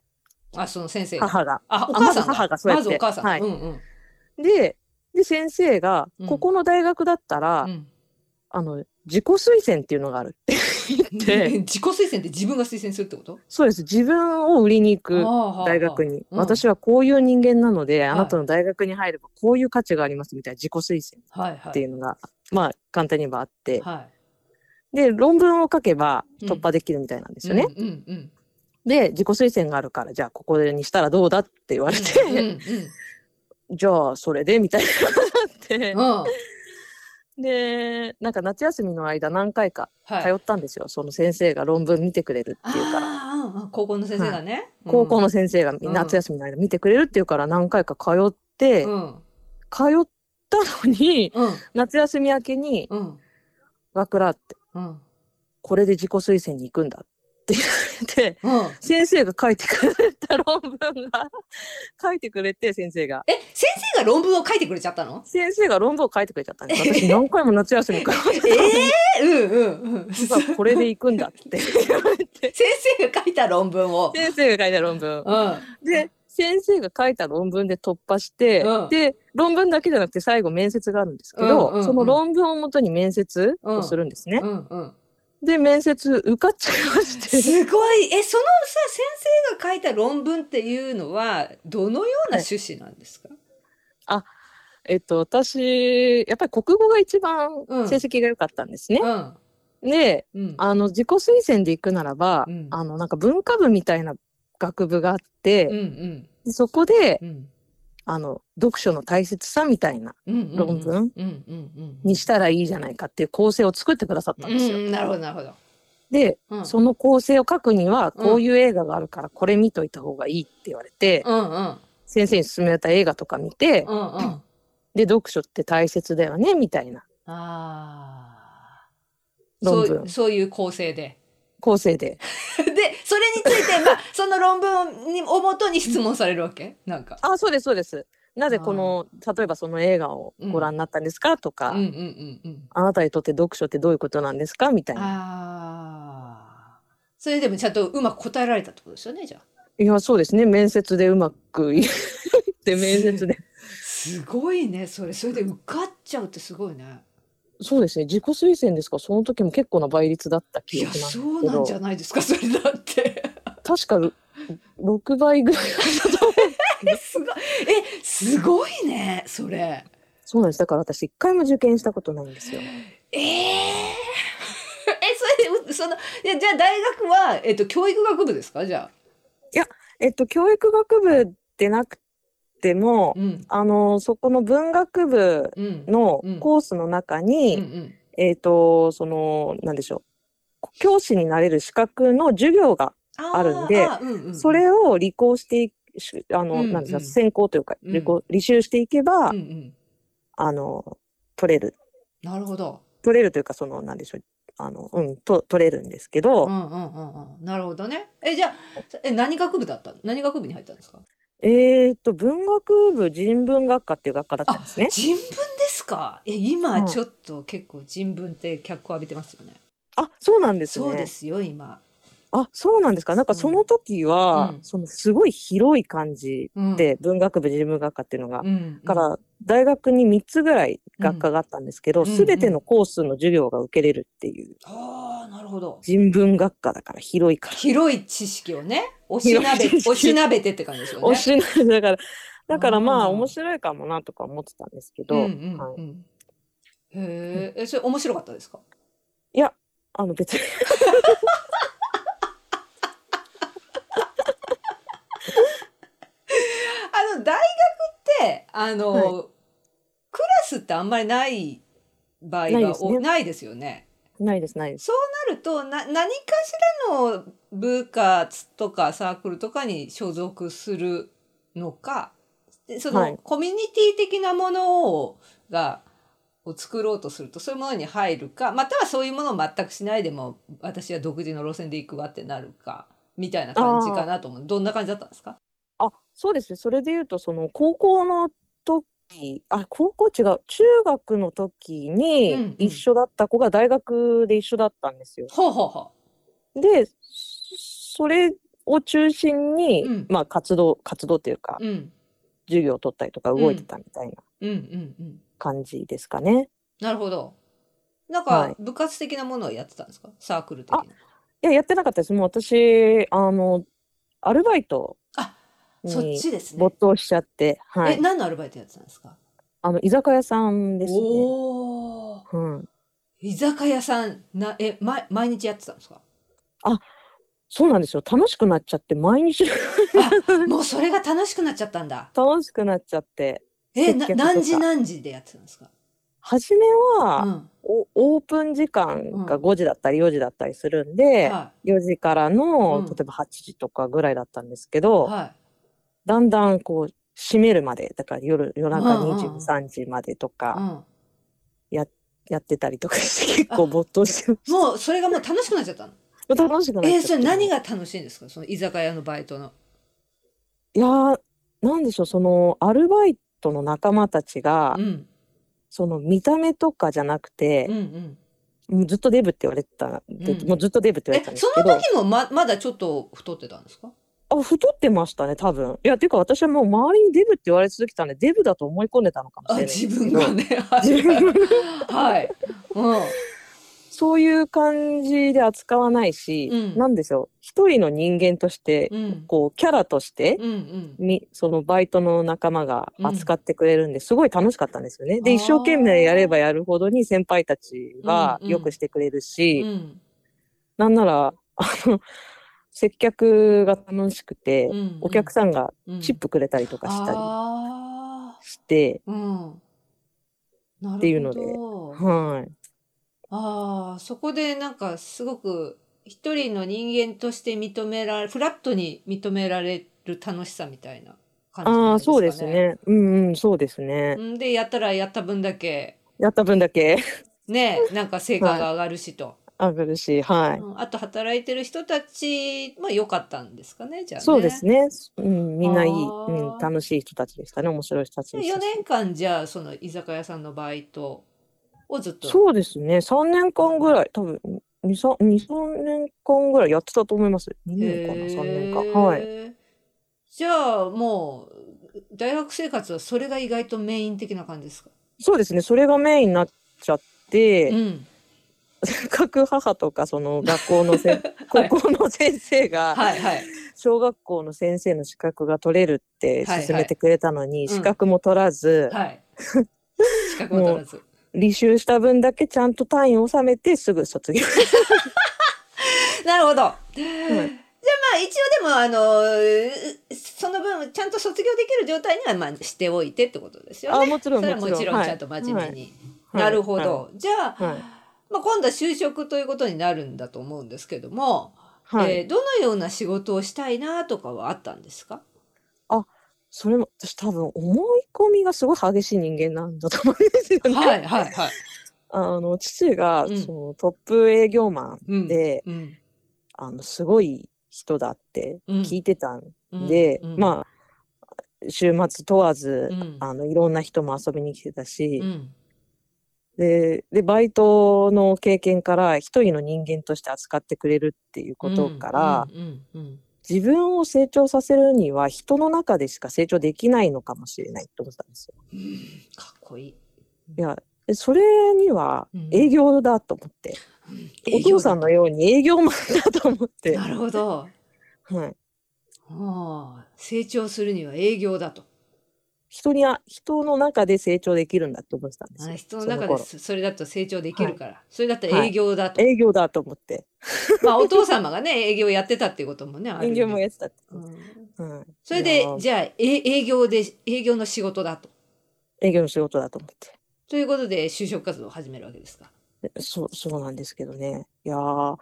あ、その先生が。母が。あ、おま母ずさんが。母がそうやってまずお母さん。はいうんうん。で、で、先生がうん、ここの大学だったら、うんあの、自己推薦っていうのがあるって言って、 自己推薦って自分が推薦するってことそうです。自分を売りに行く大学に。に。うん私はこういう人間なので、あなたはの大学に入ればこういう価値がありますみたいな自己推薦はいはい。っていうのが、まあ、簡単に言えばあって、はで、論文を書けばうん突破できるみたいなんでい。すよね。うんうんうん。で、自己推薦があるから、じゃあここにしたらどうだって言われて、うんうん じゃあそれでみたいになってうん。はでなんか夏休みの間何回かい。通ったんですよ、その先生が論文見てくれるっていうからああ、高校の先生がね。高校の。の先生がん夏休みの間見てくれるっていうから何回か通って、うん。通ったのにうん。夏休み明けにうん。 「学ラってうん。これで自己推薦に行くんだ」って言われてうん。先生が書いてくれた論文が書いてくれて先生がえ、先生が論文を書いてくれちゃったの先生が論文を書いてくれちゃったんです私何回も夏休みからええ うんうん うん。先これで行くん だって言われて生が書いた論文 を。先生が書いた論文うん。 で先生が書いた論文で突破して、うんで論文だけじゃなくて最後面接があるんですけど、うんうんうんその論文をもとに面接をするんですね、うんうん。で面接受かっちゃいましてすごい。え、そのさ、先生が書いた論文っていうのは、どのような趣旨なんですか、えっと私やっぱり国語が一番うん成績が良かったんですね、うん。でうん。あの自己推薦で行くならば、うんあのなんか文化部みたいな学部があってうん、うんそこでうん。あの読書の大切さみたいなうん。論文うんうんうん。にしたらいいじゃないかっていう構成を作ってくださったんうですんよ。うん。なるほど、なるほど。でうん。その構成を書くにはうんこういう映画があるからこれ見といた方がいいって言われて、うんうん。先生に勧められた映画とか見て、うんうん。あで読書って大切だよねみたいなあー。論そう文そういう構成で。 構成でで、それについて、まあ、その論文をにをもとに質問されるわけなんか。あそうですそうですなぜこの例えばその映画をご覧になったんですかとか、うんうんうんうん。あなたにとって読書ってどういうことなんですかみたいなああ。それでもちゃんとうまく答えられたってことですよね、じゃあ。いやそうですね面接でうまくい って面接ですごいね、それ。それで受かっちゃうってすごいね。そうですね自己推薦ですかその時も結構な倍率だったい記や、憶なんですそけうなんどじゃないですか、それだって。確か6倍ぐらいだったと思うえ、すごい。え、すごいね、それ。そうなんです。だから私、一回も受験したことないんですよ。えー、え、それで、うその、えじゃあ大学は、えっと、教育学部ですかじゃあ。えっと、教育学部でなくても、うん。あの、そこの文学部うん。のうんコースの中うんうに、ん。えっと、その、なんでしょう。教師になれる資格の授業が、あーあるんであーうんうん、それを履行していくし、あうんの、うんなんですか、専攻というか、うん履行、履修していけばうん、うん、あの、取れる。なるほど。取れるというか、その、なんでしょう。あの、うん、と、取れるんですけうどんう、んうんうん。なるほどね。え、じゃあ、え、何学部だったの何学部に入ったんですかえっと、文学部人文学科っていう学科だったんですね。人文ですかえ今うんちょっと結構人文って脚光浴びてますよね。あ、そうなんですね。そうですよ今。あ、そうなんですか。なんかそうその時は、うんそのすごい広い感じうん、で、文学部、人文学科っていうのが、うん、か、ら大学に3つぐらい学科があったんですけうど、んうんすべてのコースの授業が受けれるっていう、ああなるほど。人文学科だから広いから。広い知識をね、おしなべ広い知識おしなべてって感じですよね。おしなだから、だからまあうん面白いかもなとか思ってたんですけうんうど、んはういん。へーえ、それ面白かったですか。いや、あの別に。あの大学ってあの、はいクラスってあんまりない場合ないでがすおねないですよね。ないです、ないです。なるとな何かしらの部活とかサークルとかに所属するのかでその、はいコミュニティ的なものをがを作ろうとするとそういうものに入るかまたはそういうものを全くしないでも私は独自の路線で行くわってなるかみたいな感じかなと思うどんな感じだったんですかあ、そうですね。それで言うと、その高校の時、あ、高校違う、中学の時うんうんに一緒だった子が大学で一緒だったんですよ。ほうほうほで、それを中心に、うんまあ活動、活動というかう。、うん、授業を取ったりとかん動いてたみたいなうんうんうん感じですかね。なるほど。なんはかい部活的なものをやってたんですかサークル的な。いや、やってなかったです。もう私、あの、アルバイトあそっにちですね没。頭しちゃって、はえ、い。何のアルバイトやってたんですか。あの、居酒屋さんですね。おお。うん。居酒屋さん、な、え、ま、毎日やってたんですか。そうなんですよ。楽しくなっちゃって、毎日もうそれが楽しくなっちゃったんだ。楽しくなっちゃって。え、接な客とか何時何時でやってたんですか初めは、うん。おオープン時間がうん5時だったり4時だったりするんで、は4時からの、うん例えば8時とかぐらいだったんですけい。ど、はだんだんこう閉めるまでだから夜夜中うんうんうん23時までとい。うかん。やってたりとかして結構没 頭してましもう、それがもう楽しくなっちゃったの。た楽しくなっちゃってえー、それ何が楽しいんですかその居酒屋のバイトの。いやーなんでしょうそのアルバイトの仲間たちが、うん。その見た目とかじゃなくてうんう、ん。もうずっとデブって言われてた、でうんもうずっとデブって言わえれてたん、ですそけのど時もま、まだちょっと太ってたんですかあ太ってましたね多分いやていうか私はもう周りにデブって言われ続けたんでデブだと思い込んでたのかもしれあ、ないです自け分どがね。は自分い。はい。うん。 そういう感じで扱わないし、うんなんでしょう一人の人間として、うん。こうキャラとして、うんうん。みそのバイトの仲間が扱ってくれるんですごい楽しかったんですよね。あでー一生懸命やればやるほどに先輩たちがうんうんよくしてくれるし、うん。なんならあの接客が楽しくて、うんお客さんがうんチップくれたりとかしたりあして、ーうん。なるほど。っていうのではいああ、そこでなんかすごく一人の人間として認められ、フラットに認められる楽しさみたいな感じああーそうなんでですすかね。ねうんうんそうですね、うんで、やったらやった分だけ、やった分だけ ね、なんか成果が上がるしと。上がるしはい、うんあと働いてる人たち、まあ良かったんですかね、じゃあね。そうですね、うん、みんないい、あーうん、楽しい人たちでしたね面白い人たちでし4たし年間じゃあ、その居酒屋さんのバイトをずっと。そうですね。3年間ぐらい、多分2、3、2 3年間ぐらいやってたと思います。2年かな、3年間。はい。い。じゃあもう大学生活はそれが意外とメイン的な感じですか。そうですね。それがメインになっちゃっうて、ん。せっかく母とか、その学校のせん、 はい高校の先生が、はい はい。小学校の先生の資格が取れるってはいはい勧めてくれたのうに、ん資格も取らず、はい。資格も取らず。履修した分だけちゃんと単位を納めて、すぐ卒業。なるほど。まあ はい一応でもあのその分ちゃんと卒業できる状態にはまあしておいてってことですよあ、ね。もちろそん、れはももちろちろん。んちゃんと真面目に。なるほど。じゃあ、はいまあ、今度は就職ということになるんだと思うんですけども、はい。はいえーどのような仕事をしたいなとかはあったんですかそれも私多分思い込みがすごい激しい人間なんだと思うんですよね。はいはいはい。あの父が、うんそのトップ営業マうんンで、うんあのすごい人だってうん聞いてたんうんで、うんまあ週末問わず、うんあのいろんな人も遊びに来てたしう、んででバイトの経験から一人の人間として扱ってくれるっていうことから、うんうん自分を成長させるには人の中でしか成長できないのかもしれないと思ってたんですよ。うんかっこいい。いやでそれにはうん営業だと思って、お父さんの営ように営業マンだと思って業だ。なるほど。はい、ああ成長するには営業だと。人には人の中で成長できるんだと思ってたんですあよ。人の中そで頃そそれだと成長できるから、それだったら営業だと。営業だと思ってまあお父様がね営業やってたっていうこともね。ある営意味業もやってたってこうんと、はい、それでいやーじゃあえ営業で営業の仕事だと。営業の仕事だと思ってということで就職活動を始めるわけですか。でそうそうなんですけどねいやー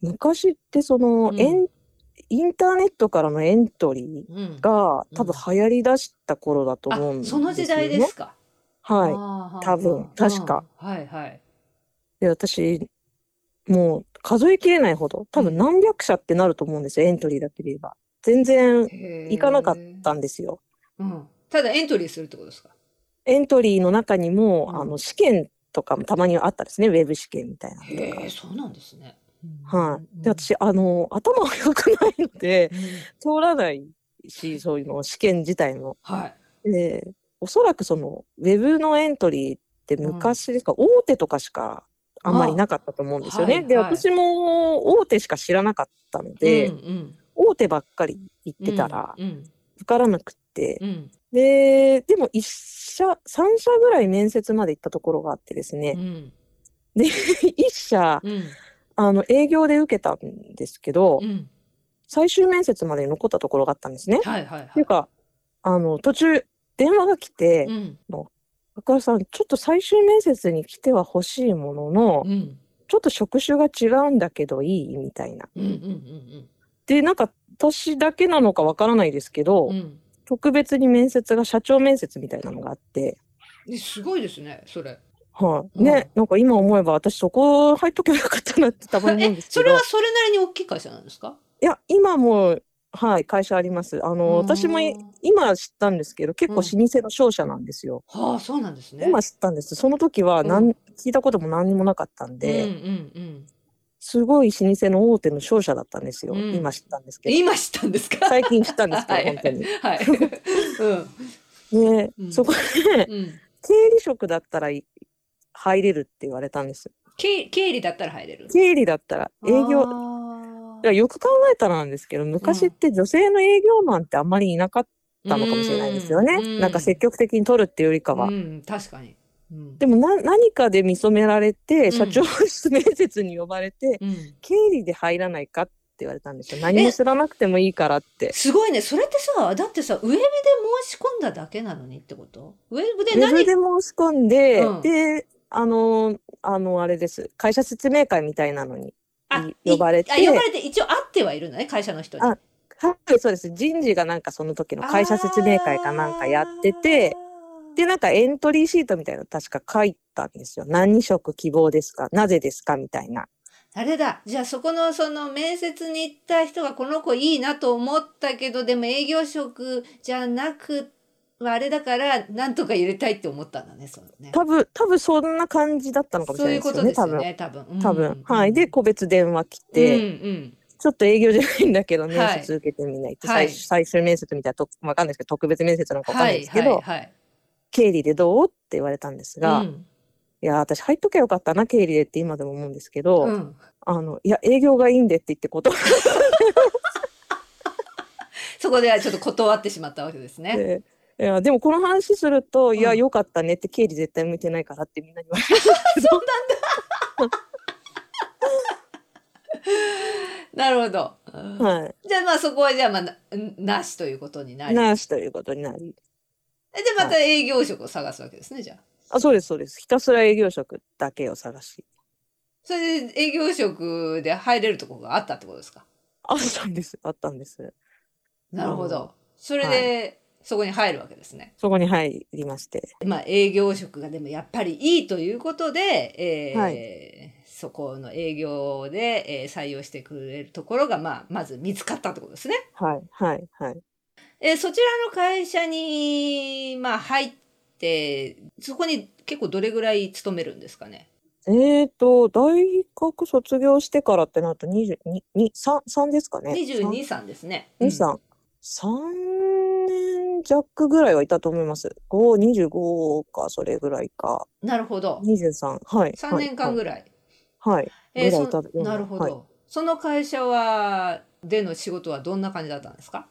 昔ってその、うんエンインターネットからのエントリうんー、うがん多分流行りだした頃だとあ思うんですよ、そねの時代ですか。はいああはあ多分はあ確かうんはいはい。で私もう数えきれないほど多分何百社ってなると思うんですよエントリーだけで言えば全然行行かなかったんですよ。うん、ただエントリーするってことですかエントリーの中にも、うんあの試験とかもたまにはあったですねウェブ試験みたいなのとかへえそうなんですね。はい、で私あの頭が良くないのでうん、通らないしそういうの試験自体も。はい。でおそらくそのウェブのエントリーって昔ですか、大手とかしかあんまりなかったと思うんですよね。あはいではい私も大手しか知らなかったので、うんうん、大手ばっかり行ってたらうん受からなくって、うんででも1社3社ぐらい面接まで行ったところがあってですうね、んで1社うんあの営業で受けたんですけど、うん最終面接まで残ったところがあったんですね。はいはいはい。っていうかあの途中電話が来てうん「赤、う、さんちょっと最終面接に来ては欲しいものの、うんちょっと職種が違うんだけどいい?」みたいな。うんうんうんでなんか私だけなのかわからないですけど、うんうん特別に面接が社長面接みたいなのがあって、えすごいですねそれはい、うんね、なんか今思えば私そこ入っとけばよかったなってたまに思うんえですそけれどはそれなりに大きい会社なんですかいや今もうはい会社ありますあの私もういん今知ったんですけど結構うん老舗の商社なんですよ、はあそうなんですね今知ったんですその時はなん、う聞いたことも何にもなかったんで、うんうんうんすごい老舗の大手の商社だったんですよ、うん今知ったんですけど今知ったんですか最近知ったんですけど はい本当に。はいうんで、うんそこでうん経理職だったらい入れるって言われたんです経経理だったら入れる経理だったら営業あだーからよく考えたらなんですけど昔って女性の営業マンってあんまりいなかったのかもしれないですよね、うんなんか積極的に取るっていうよりかは、うん確かにうんでもな何かで見初められてん社長室面接に呼ばれて、うん経理で入らないかって言われたんですよ何も知らなくてもいいからってすごいねそれってさだってさウェブで申し込んだだけなのにってことウェブでウェブ何で申し込んで、うんであのあのあれです会社説明会みたいなのにあい呼ばれていあ呼ばれて一応会ってはいるのね会社の人にあはいそうです人事がなんかその時の会社説明会かなんかやっててでなんかエントリーシートみたいなの確か書いたんですよ何職希望ですかなぜですかみたいなあーあれだじゃあそこのその面接に行った人がこの子いいなと思ったけどでも営業職じゃなくはあれだからなんとか入れたいって思ったんだねそのね多分多分そんな感じだったのかもしれそうないいうですこよとねです多よ分ね多分多分、はいで個別電話来て、うんちょっと営業じゃないんだけどはい面接受けてみないって、はい最最終面接みたいなとわかんないですけど特別面接なんうかんわかんはないいですけはど、いはい経理でどうって言われたんですが、ういんや私入っときゃよかったな経理でって今でも思うんですけど、うんあのいや営業がいいんでって言って断っそこではちょっと断ってしまったわけですねて。いやでもこの話すると、いやうんよかったねって経理絶対向いてないからってみんなに言われるんですけどなるほど。は、じゃあまあそこはじゃあまあななしということにないり。ナースということになりでまた営業職を探すわけですねじゃあ。あそうですそうですひたすら営業職だけを探しそれで営業職で入れるところがあったってことですか。あったんですあったんですなるほうど。それでそこに入るわけですね。そこに入りましてまあ営業職がでもやっぱりいいということで、えーはそこの営業で、えー採用してくれるところが、まあ、まず見つかったってことですね。はいはいはいえーそちらの会社に、まあ、入ってそこに結構どれぐらい勤めるんですかねえーと大学卒業してからってなると223ですかね22さんですね。 2三3年弱ぐらいはいたと思います525かそれぐらいかうんなるほど。 23はい3年間ぐらい。らいはいえーぐらいいたそようなるほど、はいその会社はでの仕事はどんな感じだったんですか。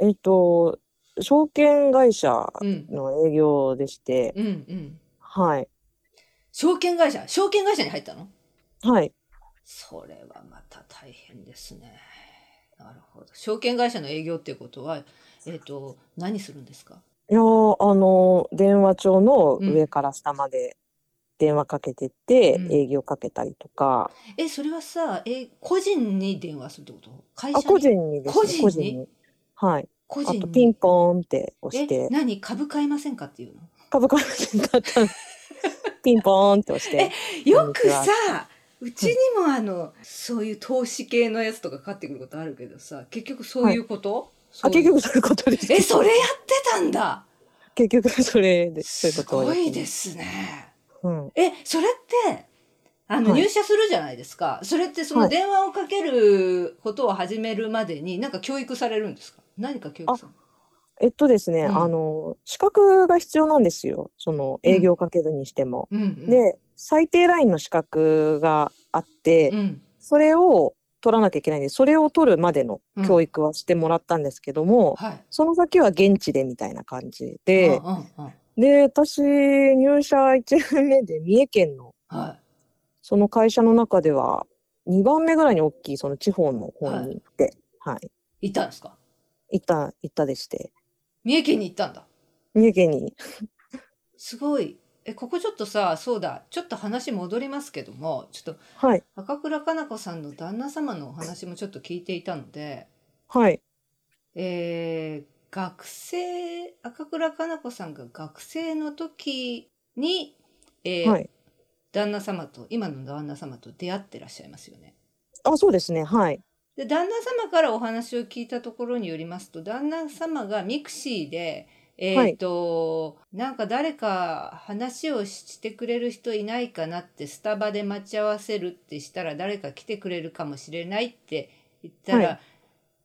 えっと証券会社うん。の営業でしてうんうん。はい証券会社、証券会社に入ったの。はいそれはまた大変ですね。なるほど。証券会社の営業っていうことは、えっ、と、何するんですか。いやーあの電話帳の上から下まで電話かけてってうん営業かけたりとかえ、それはさ、え、個人に電話するってこと。会社あに。個人にですね個人にはい個あ人にとピンポーンって押しえて、何株買いませんかっていうの。株価が買っ たんですピンポーンって押してよくさうちにもあのそういう投資系のやつとか買ってくることあるけどさ結局そういうこと、そあういう結局そういうことですえそれやってたんだ結局それでそういうすことをやごっていますですねうんえそれってあの、はい入社するじゃないですかそれってそはのい電話をかけることを始めるまでに何か教育されるんですか何か教育されるえっとですね、うんあの資格が必要なんですよその営業かけるにしても、うんうんで最低ラインの資格があって、うんそれを取らなきゃいけないんでそれを取るまでの教育はしてもらったんですけども、はいその先は現地でみたいな感じで、うんうんうんで、私、入社1年目で三重県の、はその会社の中では、2番目ぐらいに大きい、その地方の方に行って、はい、い行ったんですか行った、行ったでして。三重県に行ったんだ湯気に。すごい。え、ここちょっとさ、そうだ、ちょっと話戻りますけども、ちょっとはい。赤倉かな子さんの旦那様のお話もちょっと聞いていたので、はい。えー学生、赤倉かな子さんが学生の時に、えーはい。旦那様と、今の旦那様と出会ってらっしゃいますよね。あ、そうですね。はい。で、旦那様からお話を聞いたところによりますと、旦那様がミクシーで、えっ、と、なんか誰か話をしてくれる人いないかなって、スタバで待ち合わせるってしたら、誰か来てくれるかもしれないって言ったら、は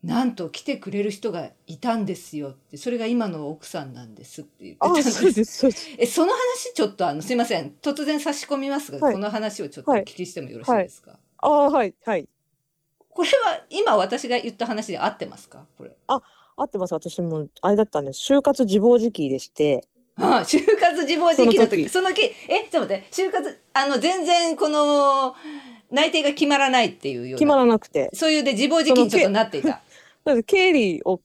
なんと来てくれる人がいたんですよって、それが今の奥さんなんですって言って たんあ、ですそうです。そうです。え、その話ちょっとあの、すいません。突然差し込みますが、はいこの話をちょっとお聞きしてもよろしいですか、あ、はい。はい。これは今私が言った話で合ってますかこれ。合ってます。私も、あれだったんです。就活自暴自棄でして。ああ、就活自暴自棄の時。そのその時時、え、ちょっと待って、就活、あの、全然この、内定が決まらないっていうような。決まらなくて。そういうで自暴自棄にちょっとなっていた。だって経理を、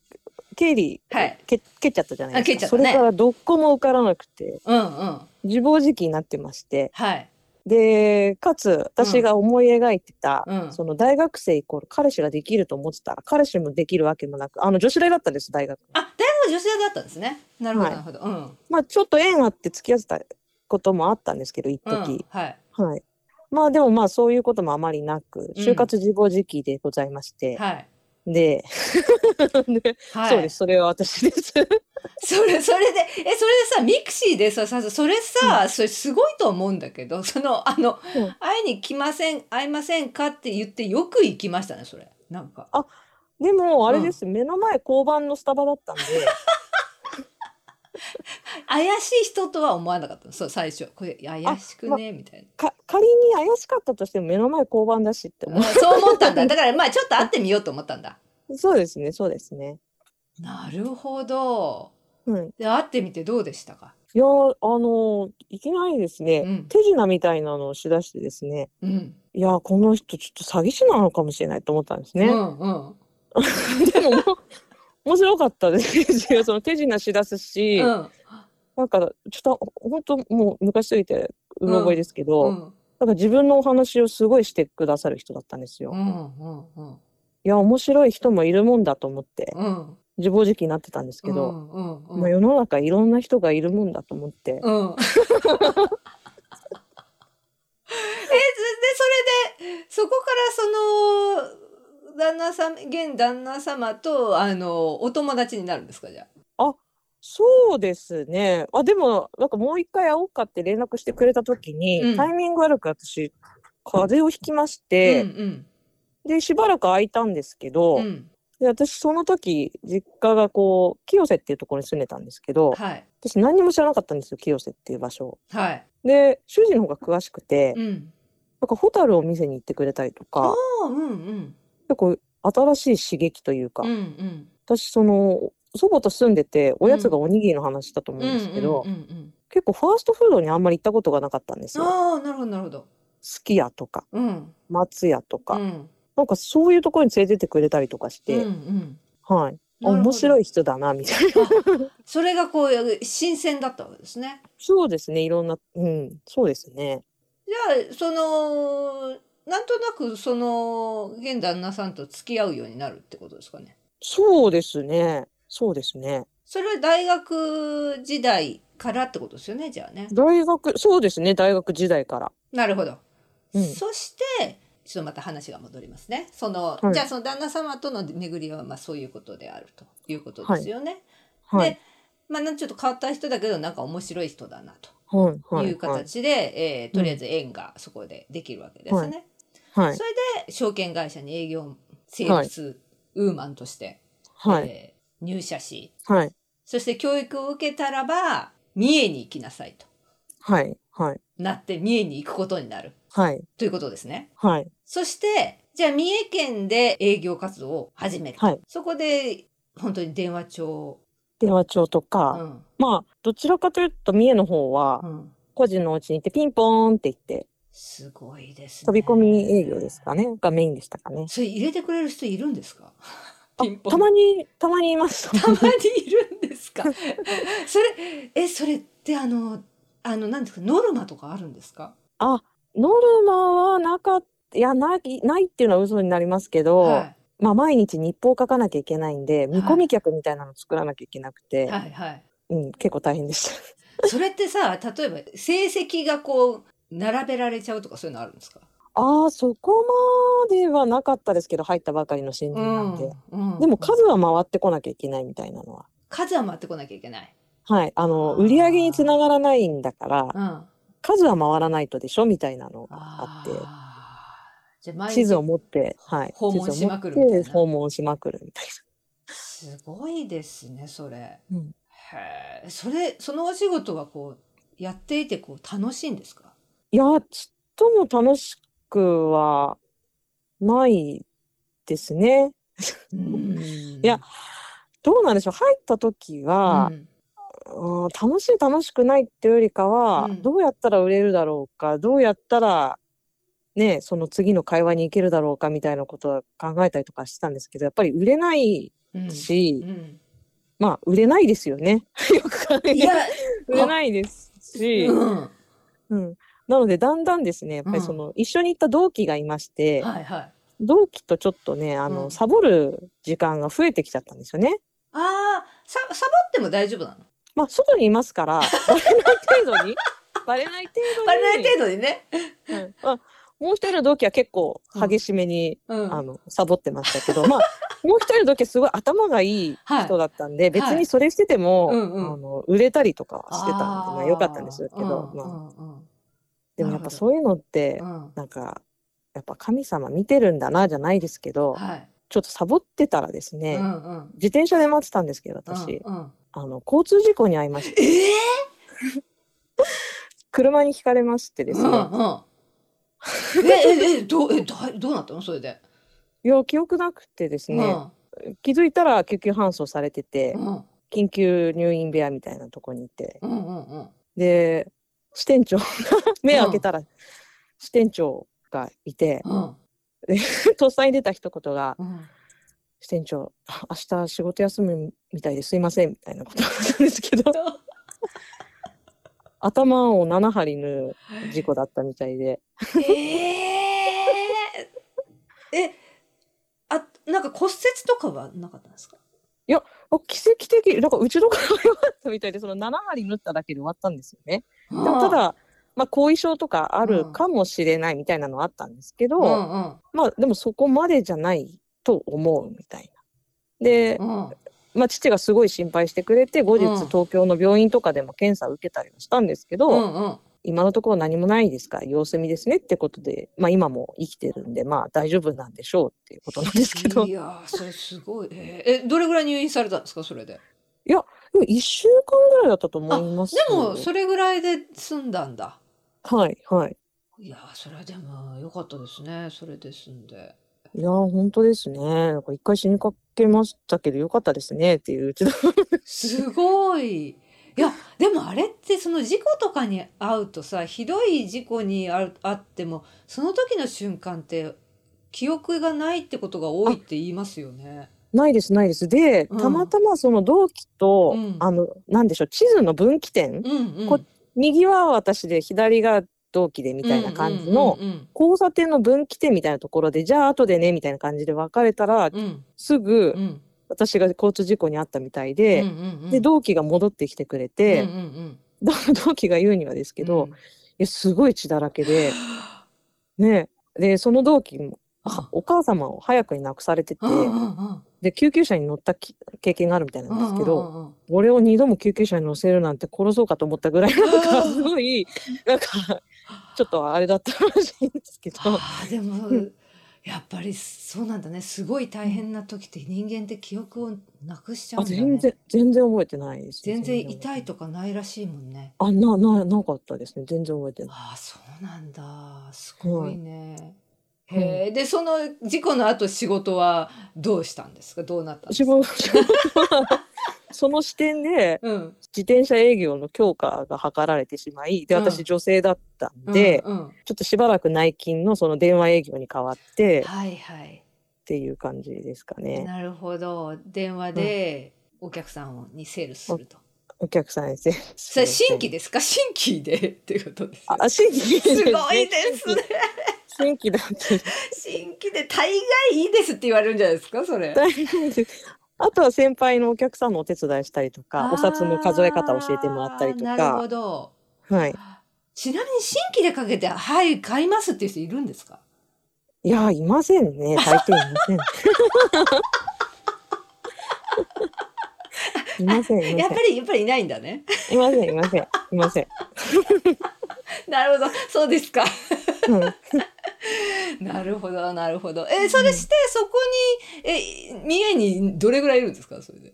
経理、はいけ蹴っちゃったじゃないあ蹴ですか。っちゃったねそれからどこも受からなくて、うんうん。自暴自棄になってまして。はい。で、かつ、私が思い描いてた、うんその大学生イコール彼氏ができると思ってたら、彼氏もできるわけもなく、あの、女子大だったんです、大学。あ、大学女性だったんですね。なるほど、はいなるほど。うん。まあ、ちょっと縁あって付き合ってたこともあったんですけど、一うん時、、はい。はい。まあ、でもまあ、そういうこともあまりなく、うん就活自暴自棄でございまして、はい。で、 ではい。そうです、それは私です。それ、それで、え、それでさ、ミクシーでさ、さ、それさ、それすごいと思うんだけど、その、あの、うん会いに来ません、会いませんかって言ってよく行きましたね、それ。なんか。でも、あれです、目の前交番のスタバだ ったんで、怪しい人とは思わなかったのそう、最初。これ、怪しくね、みたいか仮に怪しかったとしても目の前交番だしってな。思うんそう思ったんだ。だから、まあ、ちょっと会ってみようと思ったんだ。う。そうですね、そうですね。なるほど。うん。で、会ってみてどうでしたかいやー、あのーいきなりですね、うん手品みたいなのをしだしてですね、うん。いやー、この人ちょっと詐欺師なのかもしれないと思ったんですね。うんうん。でももう、 面白かったですよ。その手品しだすし、うん。なんか、ちょっと、本当もう昔すぎて、うろ覚えですけど、うん。なんか自分のお話をすごいしてくださる人だったんですよ。ういん。うん。うん。や、面白い人もいるもんだと思って、うん。自暴自棄になってたんですけうど、ん。うん。うんまあ、世の中いろんな人がいるもんだと思って、うん。 え、で、それで、そこからその、旦那さん、現旦那様と、あの、お友達になるんですか、じゃあ。そうですね。あ、でも、なんかもう一回会おうかって連絡してくれたときに、うんタイミング悪く私、風邪をひきまして、うんで、しばらく空いたんですけど、うん。うん。で、私その時、実家がこう、清瀬っていうところに住んでたんですけど、はい。私何にも知らなかったんですよ、清瀬っていう場所を。はい。で、主人の方が詳しくて、うん。なんかホタルを見せに行ってくれたりとか、あうんうん。結構新しい刺激というか、うんうん。私その、祖母と住んでて、おやつがおにぎりの話だと思ううんんですけど、うんうん。結構ファーストフードにあんまり行ったことがなかったんですよ。ああ、なるほど、なるほど。すき家とかうん。松屋とか、うん。なんかそういうところに連れてってくれたりとかして、うんうん。はい。あなるほど面白い人だなみたいな。 それがこう、新鮮だったわけですね。そうですね。いろんな、うん、そうですね。じゃあそのなんとなくその現旦那さんと付き合うようになるってことですかね。そうですね。そうですね。それは大学時代からってことですよねじゃあね。大学、そうですね。大学時代から。なるほど。うんそしてちょっとまた話が戻りますね。その、はいじゃあその旦那様との巡りはまあそういうことであるということですよね。はいで。まあなんちょっと変わった人だけどなんか面白い人だなはい。とはいい。う形で、えーとりあえず縁がそこでできるわけですね。はいはい。そ証券会社に営業セールスウーマンとして、はい。えー入社しはい。そして教育を受けたらば三重に行きなさいとはい。はい。なって三重に行くことになるはい。ということですね。はい。そしてじゃあ三重県で営業活動を始める、はいそこで本当に電話帳、電話帳とうか、んまあ、どちらかというと、三重の方はう、ん、個人のお家に行ってピンポーンって行って、すごいですね。飛び込み営業ですかねがメインでしたかね。それ入れてくれる人いるんですかピンポン たまに、たまにいました。たまにいるんですか かそれえそれってあのあのなんですかノルマとかあるんですかノルマはなかった、いや、ない、ないっていうのは嘘になりますけど、はまあ、毎日日報を書かなきゃいけないんで、見込み客みたいなの作らなきゃいけなくて、いはいはいうん、結構大変でした。 それってさ例えば成績がこう並べられちゃうとかそういうのあるんですかああ、そこまではなかったですけど、入ったばかりの新人なんで。うんうんでも数は回ってこなきゃいけないみたいなのは。数は回ってこなきゃいけない。はい。あの、あー売り上げにつながらないんだから、うん、あ数は回らないとでしょみたいなのがあって、じゃあ毎地図日を持って、はい。訪問地図しを持まくるみたいなって訪問しまくるみたいすごいですねそれ。な。うんへえそれそのお仕事はこうやっていてこう楽しいんですかいや、ちっとも楽しくはないですね。いいや、どうなんでしょう。入った時は、うんうん楽しい楽しくないっていうよりかは、うんどうやったら売れるだろうかどうやったらねその次の会話に行けるだろうかみたいなことは考えたりとかしてたんですけどやっぱり売れないうんし、うんまあ売れないですよね よく考えいてや、売れないですし、うんうん、はなのでだんだんですねやっぱりその、一緒に行った同期がいまして、いはい。あ同期とちょっとねあの、うんサボる時間が増えてきちゃったんですよね。あーさサボっても大丈夫なの？まあ外にいますからバレない程度にバレない程度にバレない程度にね。うんまあ、もう一人の同期は結構激しめに、うんあのサボってましたけど、まあ、 もう一人の同期はすごい頭がいいはい人だったんで、別はいにそれしてても、うんうんあの売れたりとかはしてたんでまあ、よかったんですけうど、んまあうんでなもやっるほどぱそういうのって、うんうんなんかやっぱ神様見てるんだなじゃないですけど、はい。ちょっとサボってたらですね、うんうん自転車で待ってたんですけど私、うんうんあの交通事故に遭いましてえー車にひかれましてですうね、んうん。えええどうえだいどうなったのそれで。いや記憶なくてですね、気づいたら救急搬送されててう、んうん緊急入院部屋みたいなとこにいてうんうんうん。で支店長が目開けたら支店長がいてうんとっさに出た一言がうん。 「支店長あ明日仕事休むみたいですいません」みたいなことだったんです けど頭を7針縫う事故だったみたいでえー、えあなんか骨折とかはなかったんですかあ奇跡的なんかうちのから良かったみたいでその7針縫っただけで終わったんですよね。ででもただまあ、後遺症とかあるうんかもしれないみたいなのはあったんですけど、うんうんまあでもそこまでじゃないと思うみたいな。で、うんまあ、父がすごい心配してくれて後日うん東京の病院とかでも検査を受けたりはしたんですけど、うんうん今のところ何もないですから様子見ですねってことで、まあ、今も生きてるんでまあ大丈夫なんでしょうっていうことなんですけどいでやーそれすごいえーえどれぐらい入院されたんですかそれでも1週間ぐらいだったと思いますでもそれぐらいで済んだんだはいはいいやーそれはでも良かったですねそれで済んでいやー本当ですねなんか一回死にかけましたけどよかったですねっていううちのすごいいやでもあれってその事故とかに遭うとさひどい事故にああってもその時の瞬間って記憶がないってことが多いって言いますよね。ないですないですでうんたまたまその同期と、うんあのなんでしょう地図の分岐点うんうん、こ右は私で左が同期でみたいな感じのうんうん交差点の分岐点みたいなところでじゃあ後でねみたいな感じで別れたらうんうんすぐうん私が交通事故に遭ったみたいうんうで、んうんで同期が戻ってきてくれうんて、うんうんど 同期が言うにはですけど、うんいやすごい血だらけ でねでその同期もはお母様を早くに亡くされてて、うんうんうんで救急車に乗ったき経験があるみたいなんですけど、うんうんうん俺を二度も救急車に乗せるなんて殺そうかと思ったぐらいなんかすごいなんかちょっとあれだったらしいんですけどあーでも、うんやっぱりそうなんだねすごい大変な時って人間って記憶をなくしちゃうあんだね全然全然覚えてないです全然痛いととかないらしいもんね。あなななかったですね全然覚えてないああそうなんだすごいね。はいへえでその事故の後仕事はどうしたんですかどうなったんです自か分はその視点でうん自転車営業の強化が図られてしまいでうん私女性だったんで、うんうん、ちょっとしばらく内勤のその電話営業に変わってっはいはいていう感じですかね。なるほど電話でお客さんにセールスすると。お客さんですね。それ新規ですか新規でっていうことですよ。あ、新規ですねごいですね。新規だって。新規で大概いいですって言われるんじゃないですかそれ。大変ですあとは先輩のお客さんのお手伝いしたりとか、お札の数え方を教えてもらったりとあーなるほか、ど。はい。ちなみに新規でかけて、はい、買いますっていう人いるんですかいやー、いませんね。大抵いません。いません、いま やっぱり、やっぱりいないんだね。せん。いません、いません。いません。 なるほど。そうですか。うんなるほど、なるほど。え、それして、そこに、え、三重にどれぐらいいるんですかそれで。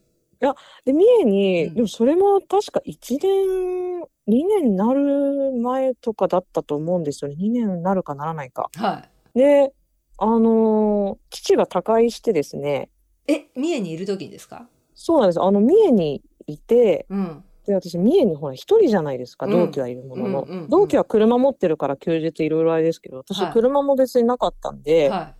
で、三重うに、んでもそれも確か1年、2年になる前とかだったと思うんですよね。2年になるかならないか。はで、あのー父が他界してですね、い。え、三重にいる時にですかそうなんです。あの、三重にいて、うん。で、私、三重にほら、一人じゃないですか、うん同期はいるものの。うんうんうん同期は車持ってるから休日いろいろあれですけど、私、はい車も別になかったんで、は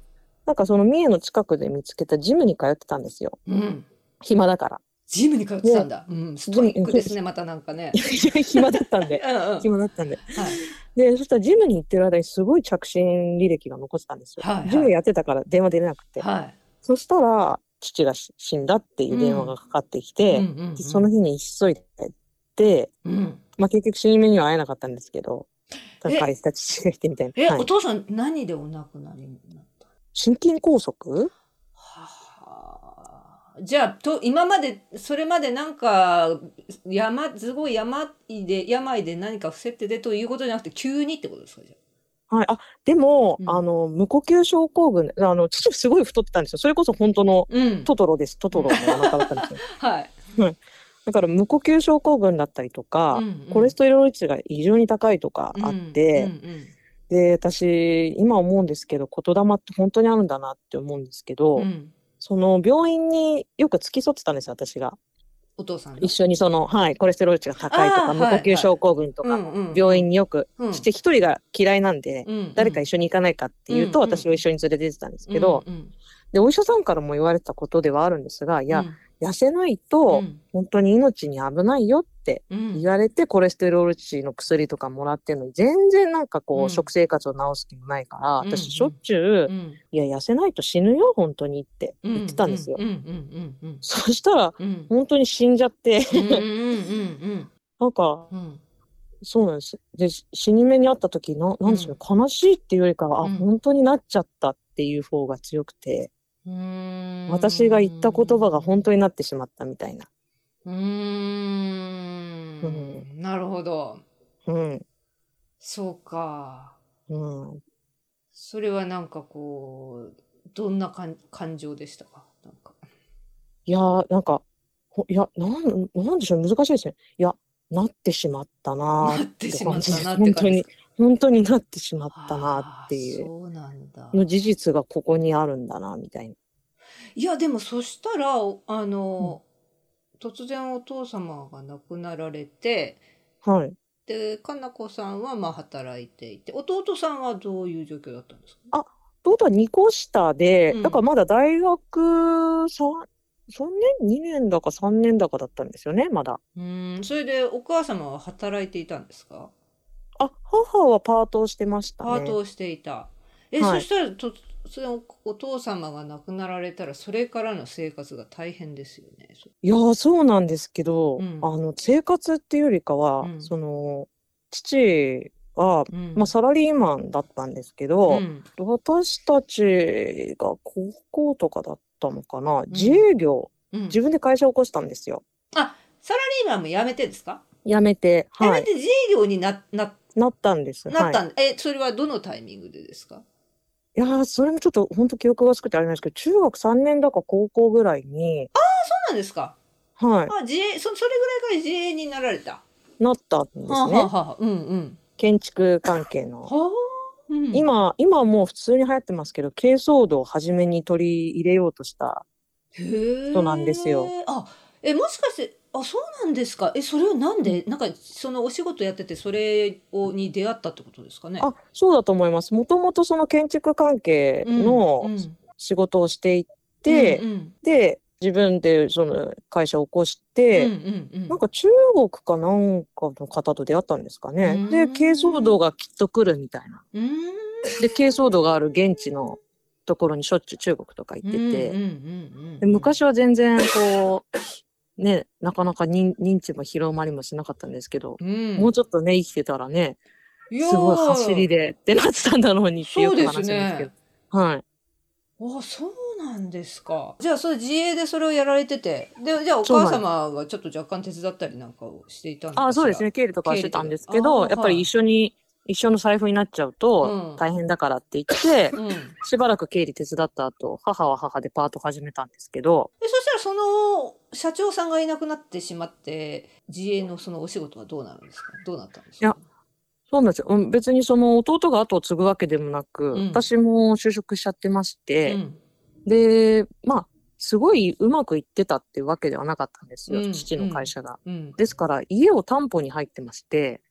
なんかその三重の近くで見つけたジムに通ってたんですよ。い。うん。暇だから。 ジムに通ってたんだ。うん。ストイックですね、またなんかねい。や暇だったんで。 うんうん。暇だったんで。はいで、そしたらジムに行ってる間にすごい着信履歴が残ってたんですよ。はいはいジムやってたから電話出れなくて。はそしたら、父がし死んだっていう電話がかかってきい。て、うんうんうんでその日に急いで帰って、うん。まあ結局死に目には会えなかったんですけど、他え界した父がいてみたいえ、な。はおい、父さん何でお亡くなりになった心筋梗塞はあじゃあと今までそれまでなんか山すごい病で病で何か伏せててということじゃなくて急にってことですかじゃはい。あ、でも、うんあの、無呼吸症候群、あの、父すごい太ってたんですよ。それこそ本当のあ。うんトトロです。トトロのお腹だったん ですよ。はい。だから無呼吸症候群だったりとか、うんうんコレステロール値が異常に高いとかあって、うんうんで私今思うんですけど言霊って本当にあるんだなって思うんですけど、うんうんその病院によく付き添ってたんですよ私がお父さんの一緒にその、はい、コレステロール値が高いとあーか無呼はいは吸い症候群とか、うんうん病院によく、うんして一人が嫌いなんで、うんうん誰か一緒に行かないかっていうと、うんうん私を一緒に連れてってたんですけど、うんうんでお医者さんからも言われてたことではあるんですがいや、痩せないうとん本当に命に危ないよってうん言われてコレステロール値の薬とかもらってるのに全然なんかこう、うん食生活を直す気もないからうんうん私しょっちゅうう、んいや痩せないと死ぬよ本当にって言ってたんですよ、うんうんうんうんそしたらうん本当に死んじゃってうんうんうんなんかうんうんそうなんですでし死に目にあった時ななんでしょうね、悲しいっていうよりかは、うんあ本当になっちゃったっていう方が強くてうーん私が言った言葉が本当になってしまったみたいな、うーんなるほどうんそうかうん、それはなんかこうどんなかん感情でしたかなんかいやーなんかほいやなんなんでしょう難しいですねいやなってしまったな ーなってしまったなっ本て当感にじ本当になってしまったなってあいーうそうなんだの事実がここにあるんだなみたいな。いやでもそしたらあの、突然お父様が亡くなられてはい。でかなこさんはまあ働いていて弟さんはどういう状況だったんですか弟は2個下で、うんだからまだ大学 3, 3年 ?2 年だか3年だかだったんですよね、まだ。うーんそれでお母様は働いていたんですかあ、母はパートをしてましたパートね。をしていた。え、はいそしたらと突然おお父様が亡くなられたらそれからの生活が大変ですよね。そいやー、そうなんですけど、うんあの、生活っていうよりかは、うんその、父は、うんまあ、サラリーマンだったんですけど、うん私たちが高校とかだったのかな、自営業、うん自分で会社を起こしたんですよ。サラリーマンも辞めてですか？辞めて、辞はめい、て自営業になななったんです。なったはい、ん、え、それはどのタイミングでですか？いやー、それもちょっと本当記憶が薄くてあれなんですけど、中学3年だか高校ぐらいに、そうなんですか。はあ、自営そそれぐらいから自営になられた。い、なったんではすあはあね。はあうんうん。建築関係の。はあ。うん、今、今はもう普通に流行ってますけど、珪藻土を初めに取り入れようとした。そ人なんですよ。あ、え、もしかして、あ、そうなんですか。え、それはなんで、なんか、そのお仕事やってて、それをに出会ったってことですかね。あ、そうだと思います。もともとその建築関係うんのうん仕事をしていて、うんうんで、自分でその会社を起こしうんうて、んうん。なんか中国かなんかの方と出会ったんですかうねん。で、珪藻土がきっと来るみたいな。うんで、珪藻土がある現地のところにしょっちゅう中国とか行ってて、うんうんうんうんで昔は全然こう、ね、なかなか認認知も広まりもしなかったんですけど、うん、もうちょっとね、生きてたらね、いやーすごい走りでってなってたんだろうにってよそうくで話すすんですけねど。。はい。あ、そうなんですか。じゃあ、それ自営でそれをやられてて、で、じゃあおそう母なんです様がちょっと若干手伝ったりなんかをしていたんですあそうですね。。経理とかはしてたんです経けど、理とかあーやっぱり一緒に、一緒の財布になっちゃううんと大変だからって言って、うん。で、しばらく経理手伝った後、母は母でパート始めたんですけど、そしたらその社長さんがいなくなってしまって、自営のそのお仕事はどうなるんですかどうなったんですかいやそうなんですよ。うん別にその弟が後を継ぐわけでもなく、うん私も就職しちゃってまして、うんで、まあ、すごいうまくいってたってわけではなかったんですよ、うん父の会社が。うん、ですから、家を担保に入ってまして、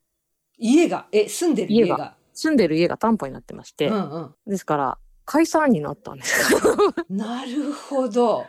家が、え、住んでる家家が。が住んでる家が担保になってまして、うんですから、解散になったんです。 うん。なるほど。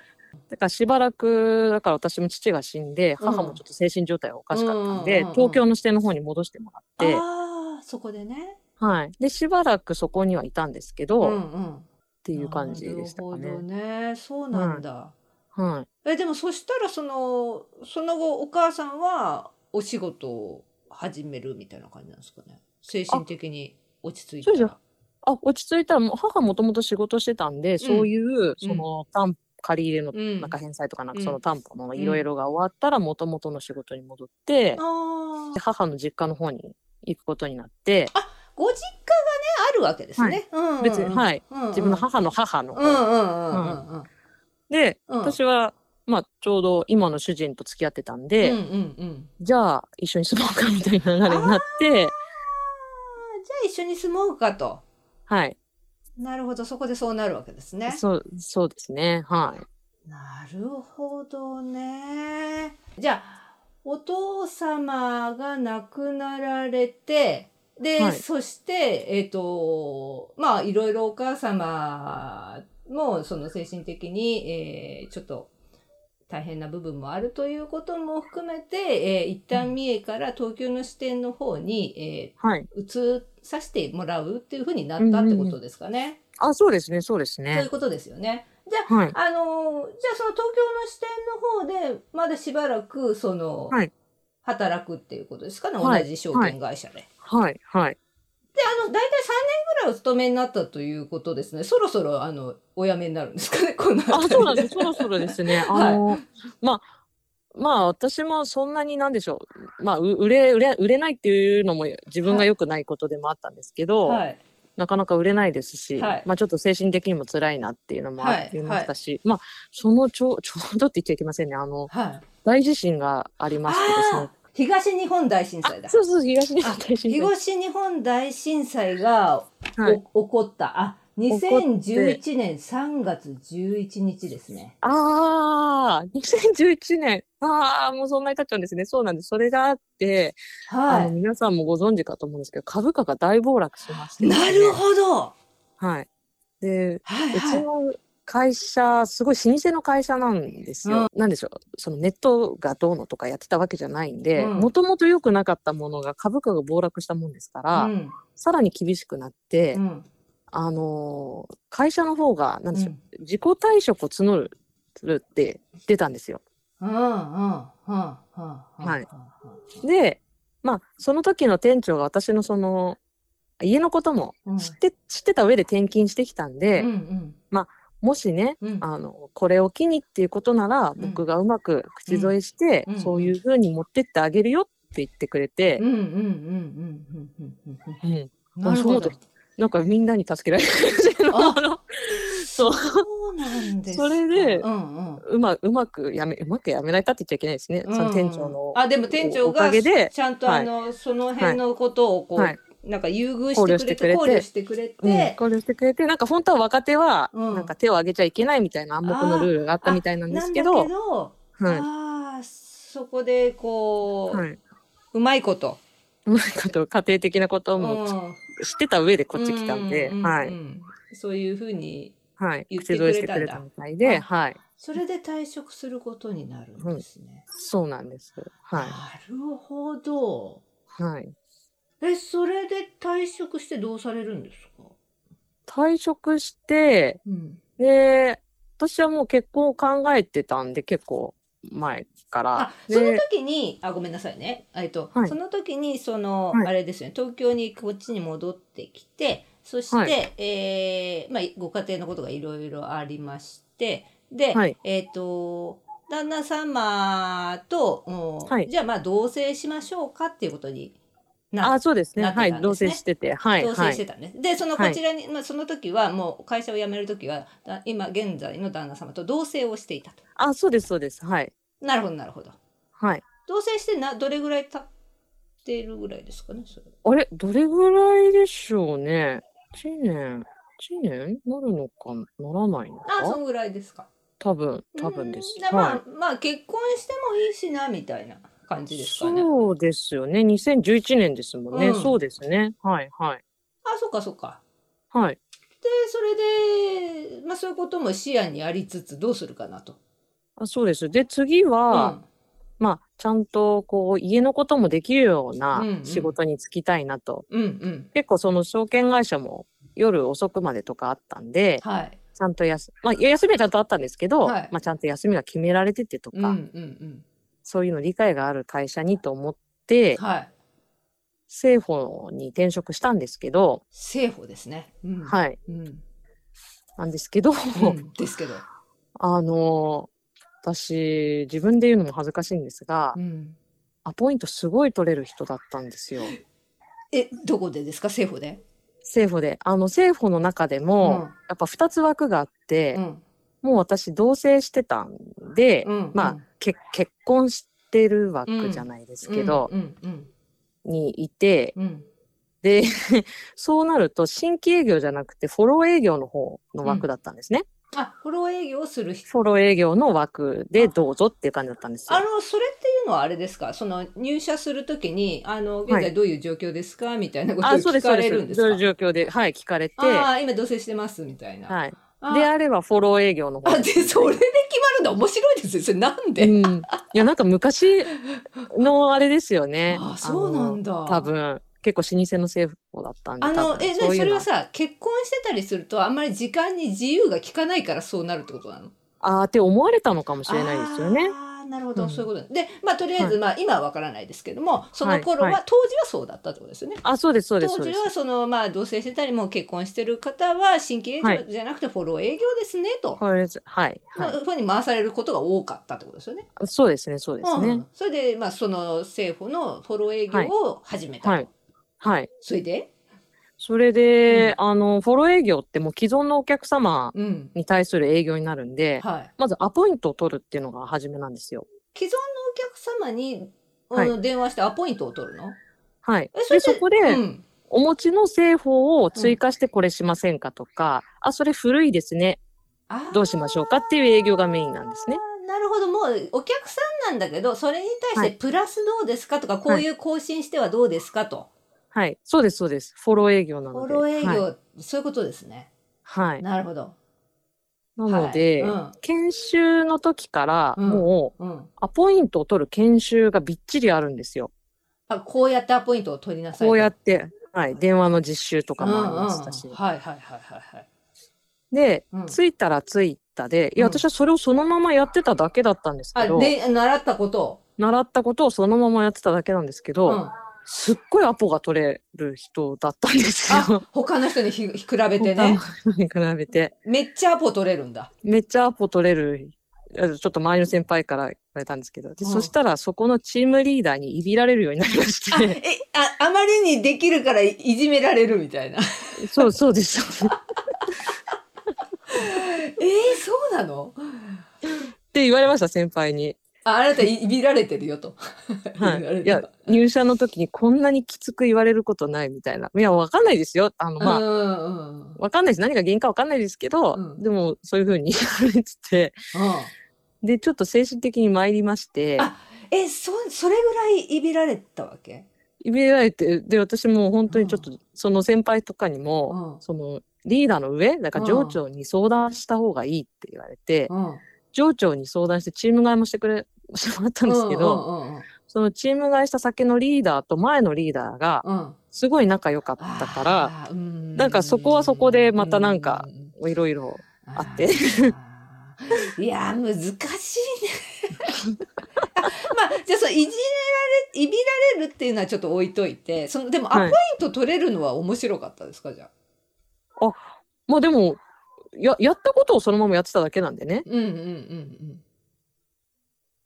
だからしばらく、だから私も父が死んで、うん母もちょっと精神状態がおかしかったんで、うんうんうん東京の支店の方に戻してもらって、ああ、そこでね。はい。で、しばらくそこにはいたんですけど、うっんうん。っていう感じでしたかなるほどね。ね。そうなんだ。はい。えでもそしたらそのその後お母さんはお仕事を始めるみたいな感じなんですかね精神的に落ち着いたそうですあ、落ち着いたら、もう母もともと仕事してたんで、そういう、その、担借り入れの、うんなんか返済とかなんうかんその担保のいろいろが終わったら、もともとの仕事に戻っあて、でー母の実家の方に行くことになって、ご実家がねあるわけですね、うんうんうん、、別に、はいい。自分の母の母のうんうん方。うんうんうんで、うん私は、まあ、ちょうど今の主人と付き合ってたんで、うんうんうんじゃあ一緒に住もうかみたいな流れになって、あじゃあ一緒に住もうかとはい。なるほどそこでそうなるわけですねそう、そうですね。はい。なるほどねじゃあお父様が亡くなられてで、はいそしてえっ、とまあいろいろお母様もその精神的に、えーちょっと大変な部分もあるということも含めて、えー一旦三重から東京の支店の方に、はい。えー移させてもらうっていうふうになったってことですかね。あ、そうですね、そうですそういねう。ことですよね。じゃあはい。あのーじゃあその東京の支店の方でまだしばらくその、はい働くっていうことですかね、はい同じ証券会社で。はい。はい。であの大体3年ぐらいお勤めになったということですねそろそろあのお辞めになるんですかねこのあ、辺りそうなんです。そろそろですね。はいあの、まあ、まあ私もそんなになんでしょう。まあ、う売れ、売れ、売れないっていうのも自分が良くないことでもあったんですけ ど、はいなかなか売れないですし、はいまあちょっと精神的にも辛いなっていうのもはいありましたし、まあ、そのちょ、ち ょうどって言っちゃいけませんね。あの、はい大地震がありましてですねあ。ー東日本大震あ災だそうそう、東日本大震災。東日本大震災がお、はい起こったあ2011年3月11日ですねああ、2011年。ああ、もうそんなに経っちゃうんですね。そうなんです。それがあって、はあのい皆さんもご存知かと思うんですけど、株価が大暴落しまして、なるほどど。はい。で、はいうはちいの会社、すごい老舗の会社なんですよ。なんでしょう。そのネットがどうのとかやってたわけじゃないんで、うんもともと良くなかったものが株価が暴落したもんですから、うんさらに厳しくなって、うんあのー会社の方が、なんでしょう。うん自己退職を募るって出たんですよ。うんうんうんうんはいで、まあ、その時の店長が私のその、家のこともうん知って、知ってた上で転勤してきたんで、うんうんもしね、うんあの、これを機にっていうことなら、ん僕がうまく口添えして、うんそういう風に持ってってあげるよって言ってくれてうんうんう、んうんうんうんうんうんうんなるほどそうなんかみんなに助けられる感じあの、あの、そうそうなんですかそれでうんうんうま、うまくやめ、うまくやめられたって言っちゃいけないですね。その店う長んうのん。あでも店長がおかげでちゃんとはいあのその辺のことをこう、はいなんか優遇考慮ししててくくれて考れて慮してくれて、うん、考慮してくれて、なんか本当は若手は、うんなんか手を挙げちゃいけないみたいな暗黙のルールがあったみたいなんでなすんけだけど、ど、はい。ああそこでこう、はい。うまいこと、うまいこと、家庭的なことうも知ん、ってた上でこっち来たんで、うううはうい。んそういうふうにはい。言っ口てく添れえたしんだてくれたみたいで、はい。それで退職することになるんですね。そうなんです。はなるほど。い。はい。え、それで退職してどうされるんですか退職して、うん。で、私はもう結婚を考えてたんで、結構前から。あ、でその時に、あ、ごめんなさいね。えっと、はいその時に、その、はいあれですよね、東京にこっちに戻ってきて、そして、はいえーまあ、ご家庭のことがいろいろありまして、で、はいえっ、と、旦那様と、うんはいじゃあまあ同棲しましょうかっていうことになあ、そうですね。なってはたい。んで同すね棲してて。はい。同は棲いしてたんです。で、そのこちらに、まあその時はもう会社を辞める時は、だ今現在の旦那様と同棲をしていたと。あ、そうです、そうです。はい。なるほど、なるほど。はい。同棲してな、どれぐらい経ってるぐらいですかね、それ。あれ、どれぐらいでしょうね。1年 ?1 年なるのかなならないのあ、そかんぐらいですか。多分、多分ですうん。だまあ、はい。まあ結婚してもいいしな、みたいな感じですかね。そうですよね。2011年ですもんね。うんそうですね。はい、はい。あ、そっかそっか。はい。で、それで、まあそういうことも視野にありつつ、どうするかなと。あそうです。で、次は、まあ、ちゃんと、こう、家のこともできるようなうんうん仕事に就きたいなと。うん、うん、うん。結構、その証券会社も夜遅くまでとかあったんで、はい。ちゃんと休、まあ、いや休みはちゃんとあったんですけど、はいまあ、ちゃんと休みが決められててとうん、うか、ん、そういうの理解がある会社にと思っうてん。、はい。政府に転職したんですけど、政府ですね。うん、い。はい、うん。なんですけど、うん、ですけど。あの、私、自分で言うのも恥ずかしいんですがう、ん。アポイントすごい取れる人だったんですよ。え、どこでですか、政府で。政府で。あの、政府の中でも、うんやっぱ2つ枠があって、うん。もう私、同棲してたんで、うん。まあうん、け結婚してる枠じゃないですけど、うん、うん、にいて、うん。うんで、そうなると新規営業じゃなくてフォロー営業の方の枠だったんですね。あ、フォロー営業をする人。フォロー営業の枠でどうぞっていう感じだったんですあよ。の、それっていうのはあれですかその入社するときに、あの、現はい在どういう状況ですか、みたいなことをあ、そうで聞す、そかうでれす。るんですそうかいう状況で、はい、聞かれて、ああ、今同棲してます、みたいな。はい。あであればフォロー営業の方あ、で、それで決まるの面白いですよ。それなんで、うん。いや、なんか昔のあれですよね。あ、そうなんだ。あの多。分、結構老舗の政府だったんで。あ多の、分え、うそいうそれのはさ、結婚してたりすると、あんまり時間に自由が利かないからそうなるってことなのあーって思われたのかもしれないですよね。あーなるほど、うんそういうことででまあとりあえず、まあ今はわからないですけどもその頃は、はいは当時はそうだったってことですよね。あ、そうです、そう当です、そう時ではす。そのまあ同棲してたりもう結婚してる方は新規営は業いじゃなくてフォロー営業ですねと、これですはい、はのふうに回されることが多かったってことですよね。い。そうですね、そうですうねん。それでまあその政府のフォロー営業を始めたと、はい。はい。それで、それで、あの、フォロー営業ってもう既存のお客様うんに対する営業になるんで、はい、まずアポイントを取るっていうのが初めなんですよ。既存のお客様に、はうん電話してアポイントを取るのはいえ。それで、でそこうで、んお持ちの製法を追加してこれしませんかとか、あ、それ古いですね。あーどうしましょうかっていう営業がメインなんですね。なるほどもうお客さんなんだけどそれに対しはてプラスどうですかとか、こういう更新してはどうですかと、はい。そうです、そうです。フォロー営業なのフォで。ロー営業、はい。そういうことですね。はいなるほど。なので、は研修の時から、うんもう、いうんうん、アポイントを取る研修がびっちりあるんですよ。あこうやってアポイントを取りなさいと。こうやって、はい。電話の実習とかもありましたうしんうん。はいはいはいはいはい。で、うん着いたら着いたで、いや、うん私はそれをそのままやってただけだったんですけあど、で習ったことを。習ったことをそのままやってただけなんですけど、うん、すっごいアポが取れる人だったんですよあ。他の人にひ比べて他のね人に比べて。めっちゃアポ取れるんだ。 めっちゃアポ取れる、あちょっと周りの先輩から言われたんですけど、でうんそしたらそこのチームリーダーにいびられるようになりましあ て、えああまりにできるからいいじめられるみたいな。そう、そうです。そうですえー、そうなのって言われました、先輩 に。ああなたいいびられてるよと。は言われい。いたや、入社の時にこんなにきつく言われることないみたいな。いや、わかんないですよ。あの、まあ、うんうんうんわかんないです。何が原因かわかんないですけど、うんでもそういうふうに言われてて、で、ちょっと精神的に参りまして、あえそそれぐらいいびられたわけいびられて、で、私もう本当にちょっと、その先輩とかにも、うんそのリーダーの上、だかうらん上長に相談した方がいいって言われて、うん上長に相談してチーム買いもしてくれ、してもらったんですけど、うんうんうんそのチーム買いした先のリーダーと前のリーダーがうん、すごい仲良かったから、あー、うんなんかそこはそこでまたなんか、うんいろいろ。あってあー。いやー難しいね。あ まあじゃあそういじられいびられるっていうのはちょっと置いといてそのでもアポはイいント取れるのは面白かったですかじゃあ。まあでも、や、やったことをそのままやってただけなんでね。うんうんうんうん。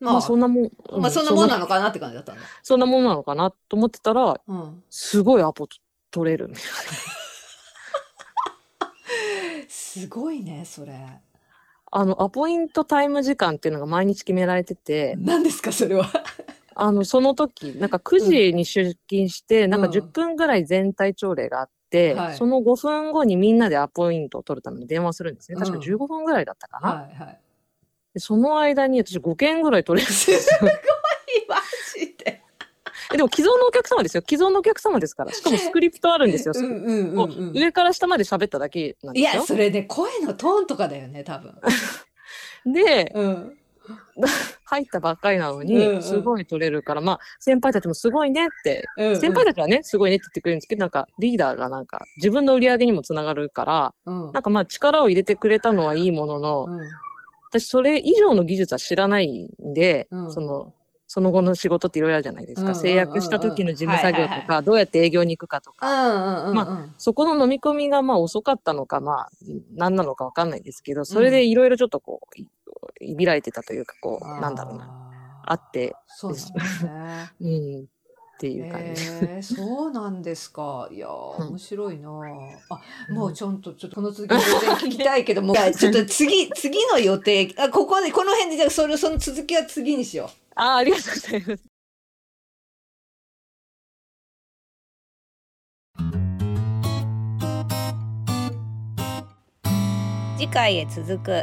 ままああそんなもん、うまあそんなもんなそんなのかなって感じだったんだ。そんなもんなのかなと思ってたら、うん、すごいアポ取れるみたいな。すごいねそれ。あの、アポイントタイム時間っていうのが毎日決められてて、何ですかそれは。あの、その時、なんか9時に出勤して、なんかうん10分ぐらい全体朝礼があって、はいその5分後にみんなでアポイントを取るために電話するんですね。確かうん15分ぐらいだったかな。はいはい。 でその間に私5件ぐらい取れ るんですよ。マジで。えでも既存のお客様ですよ。既存のお客様ですから。しかもスクリプトあるんですよ。うんうんもううんうん。上から下まで喋っただけなんいですやよ。それね声のトーンとかだよね多分。で、うん。入ったばっかりなのうんうに、んすごい取れるから、まあ、先輩たちもすごいねって、うんうん先輩たちはね、すごいねって言ってくれるんですけど、なんかリーダーがなんか自分の売り上げにもつながるから、うんなんかまあ力を入れてくれたのはいいものの、うん私それ以上の技術は知らないんで、うんその、その後の仕事っていろいろあるじゃないですうんか。うん制約した時の事務作は業いとはか、どうやって営業に行くかとか。うんうんうんうんそこの飲み込みがまあ遅かったのか、まあ、何なのかわかんないんですけど、それでいろいろちょっとこう、いいびられてたというか、こう、なんだろうな、なあって、そうなんだねうん、っていう感じ。えー、そうなんですかいやーうん面白いなあもうちょっとちょっとこの続き全然聞きたいけど もいやちょっと次次の予定あここでこの辺でじゃあそれその続きは次にしようああ、ありがとうございます。次回へ続く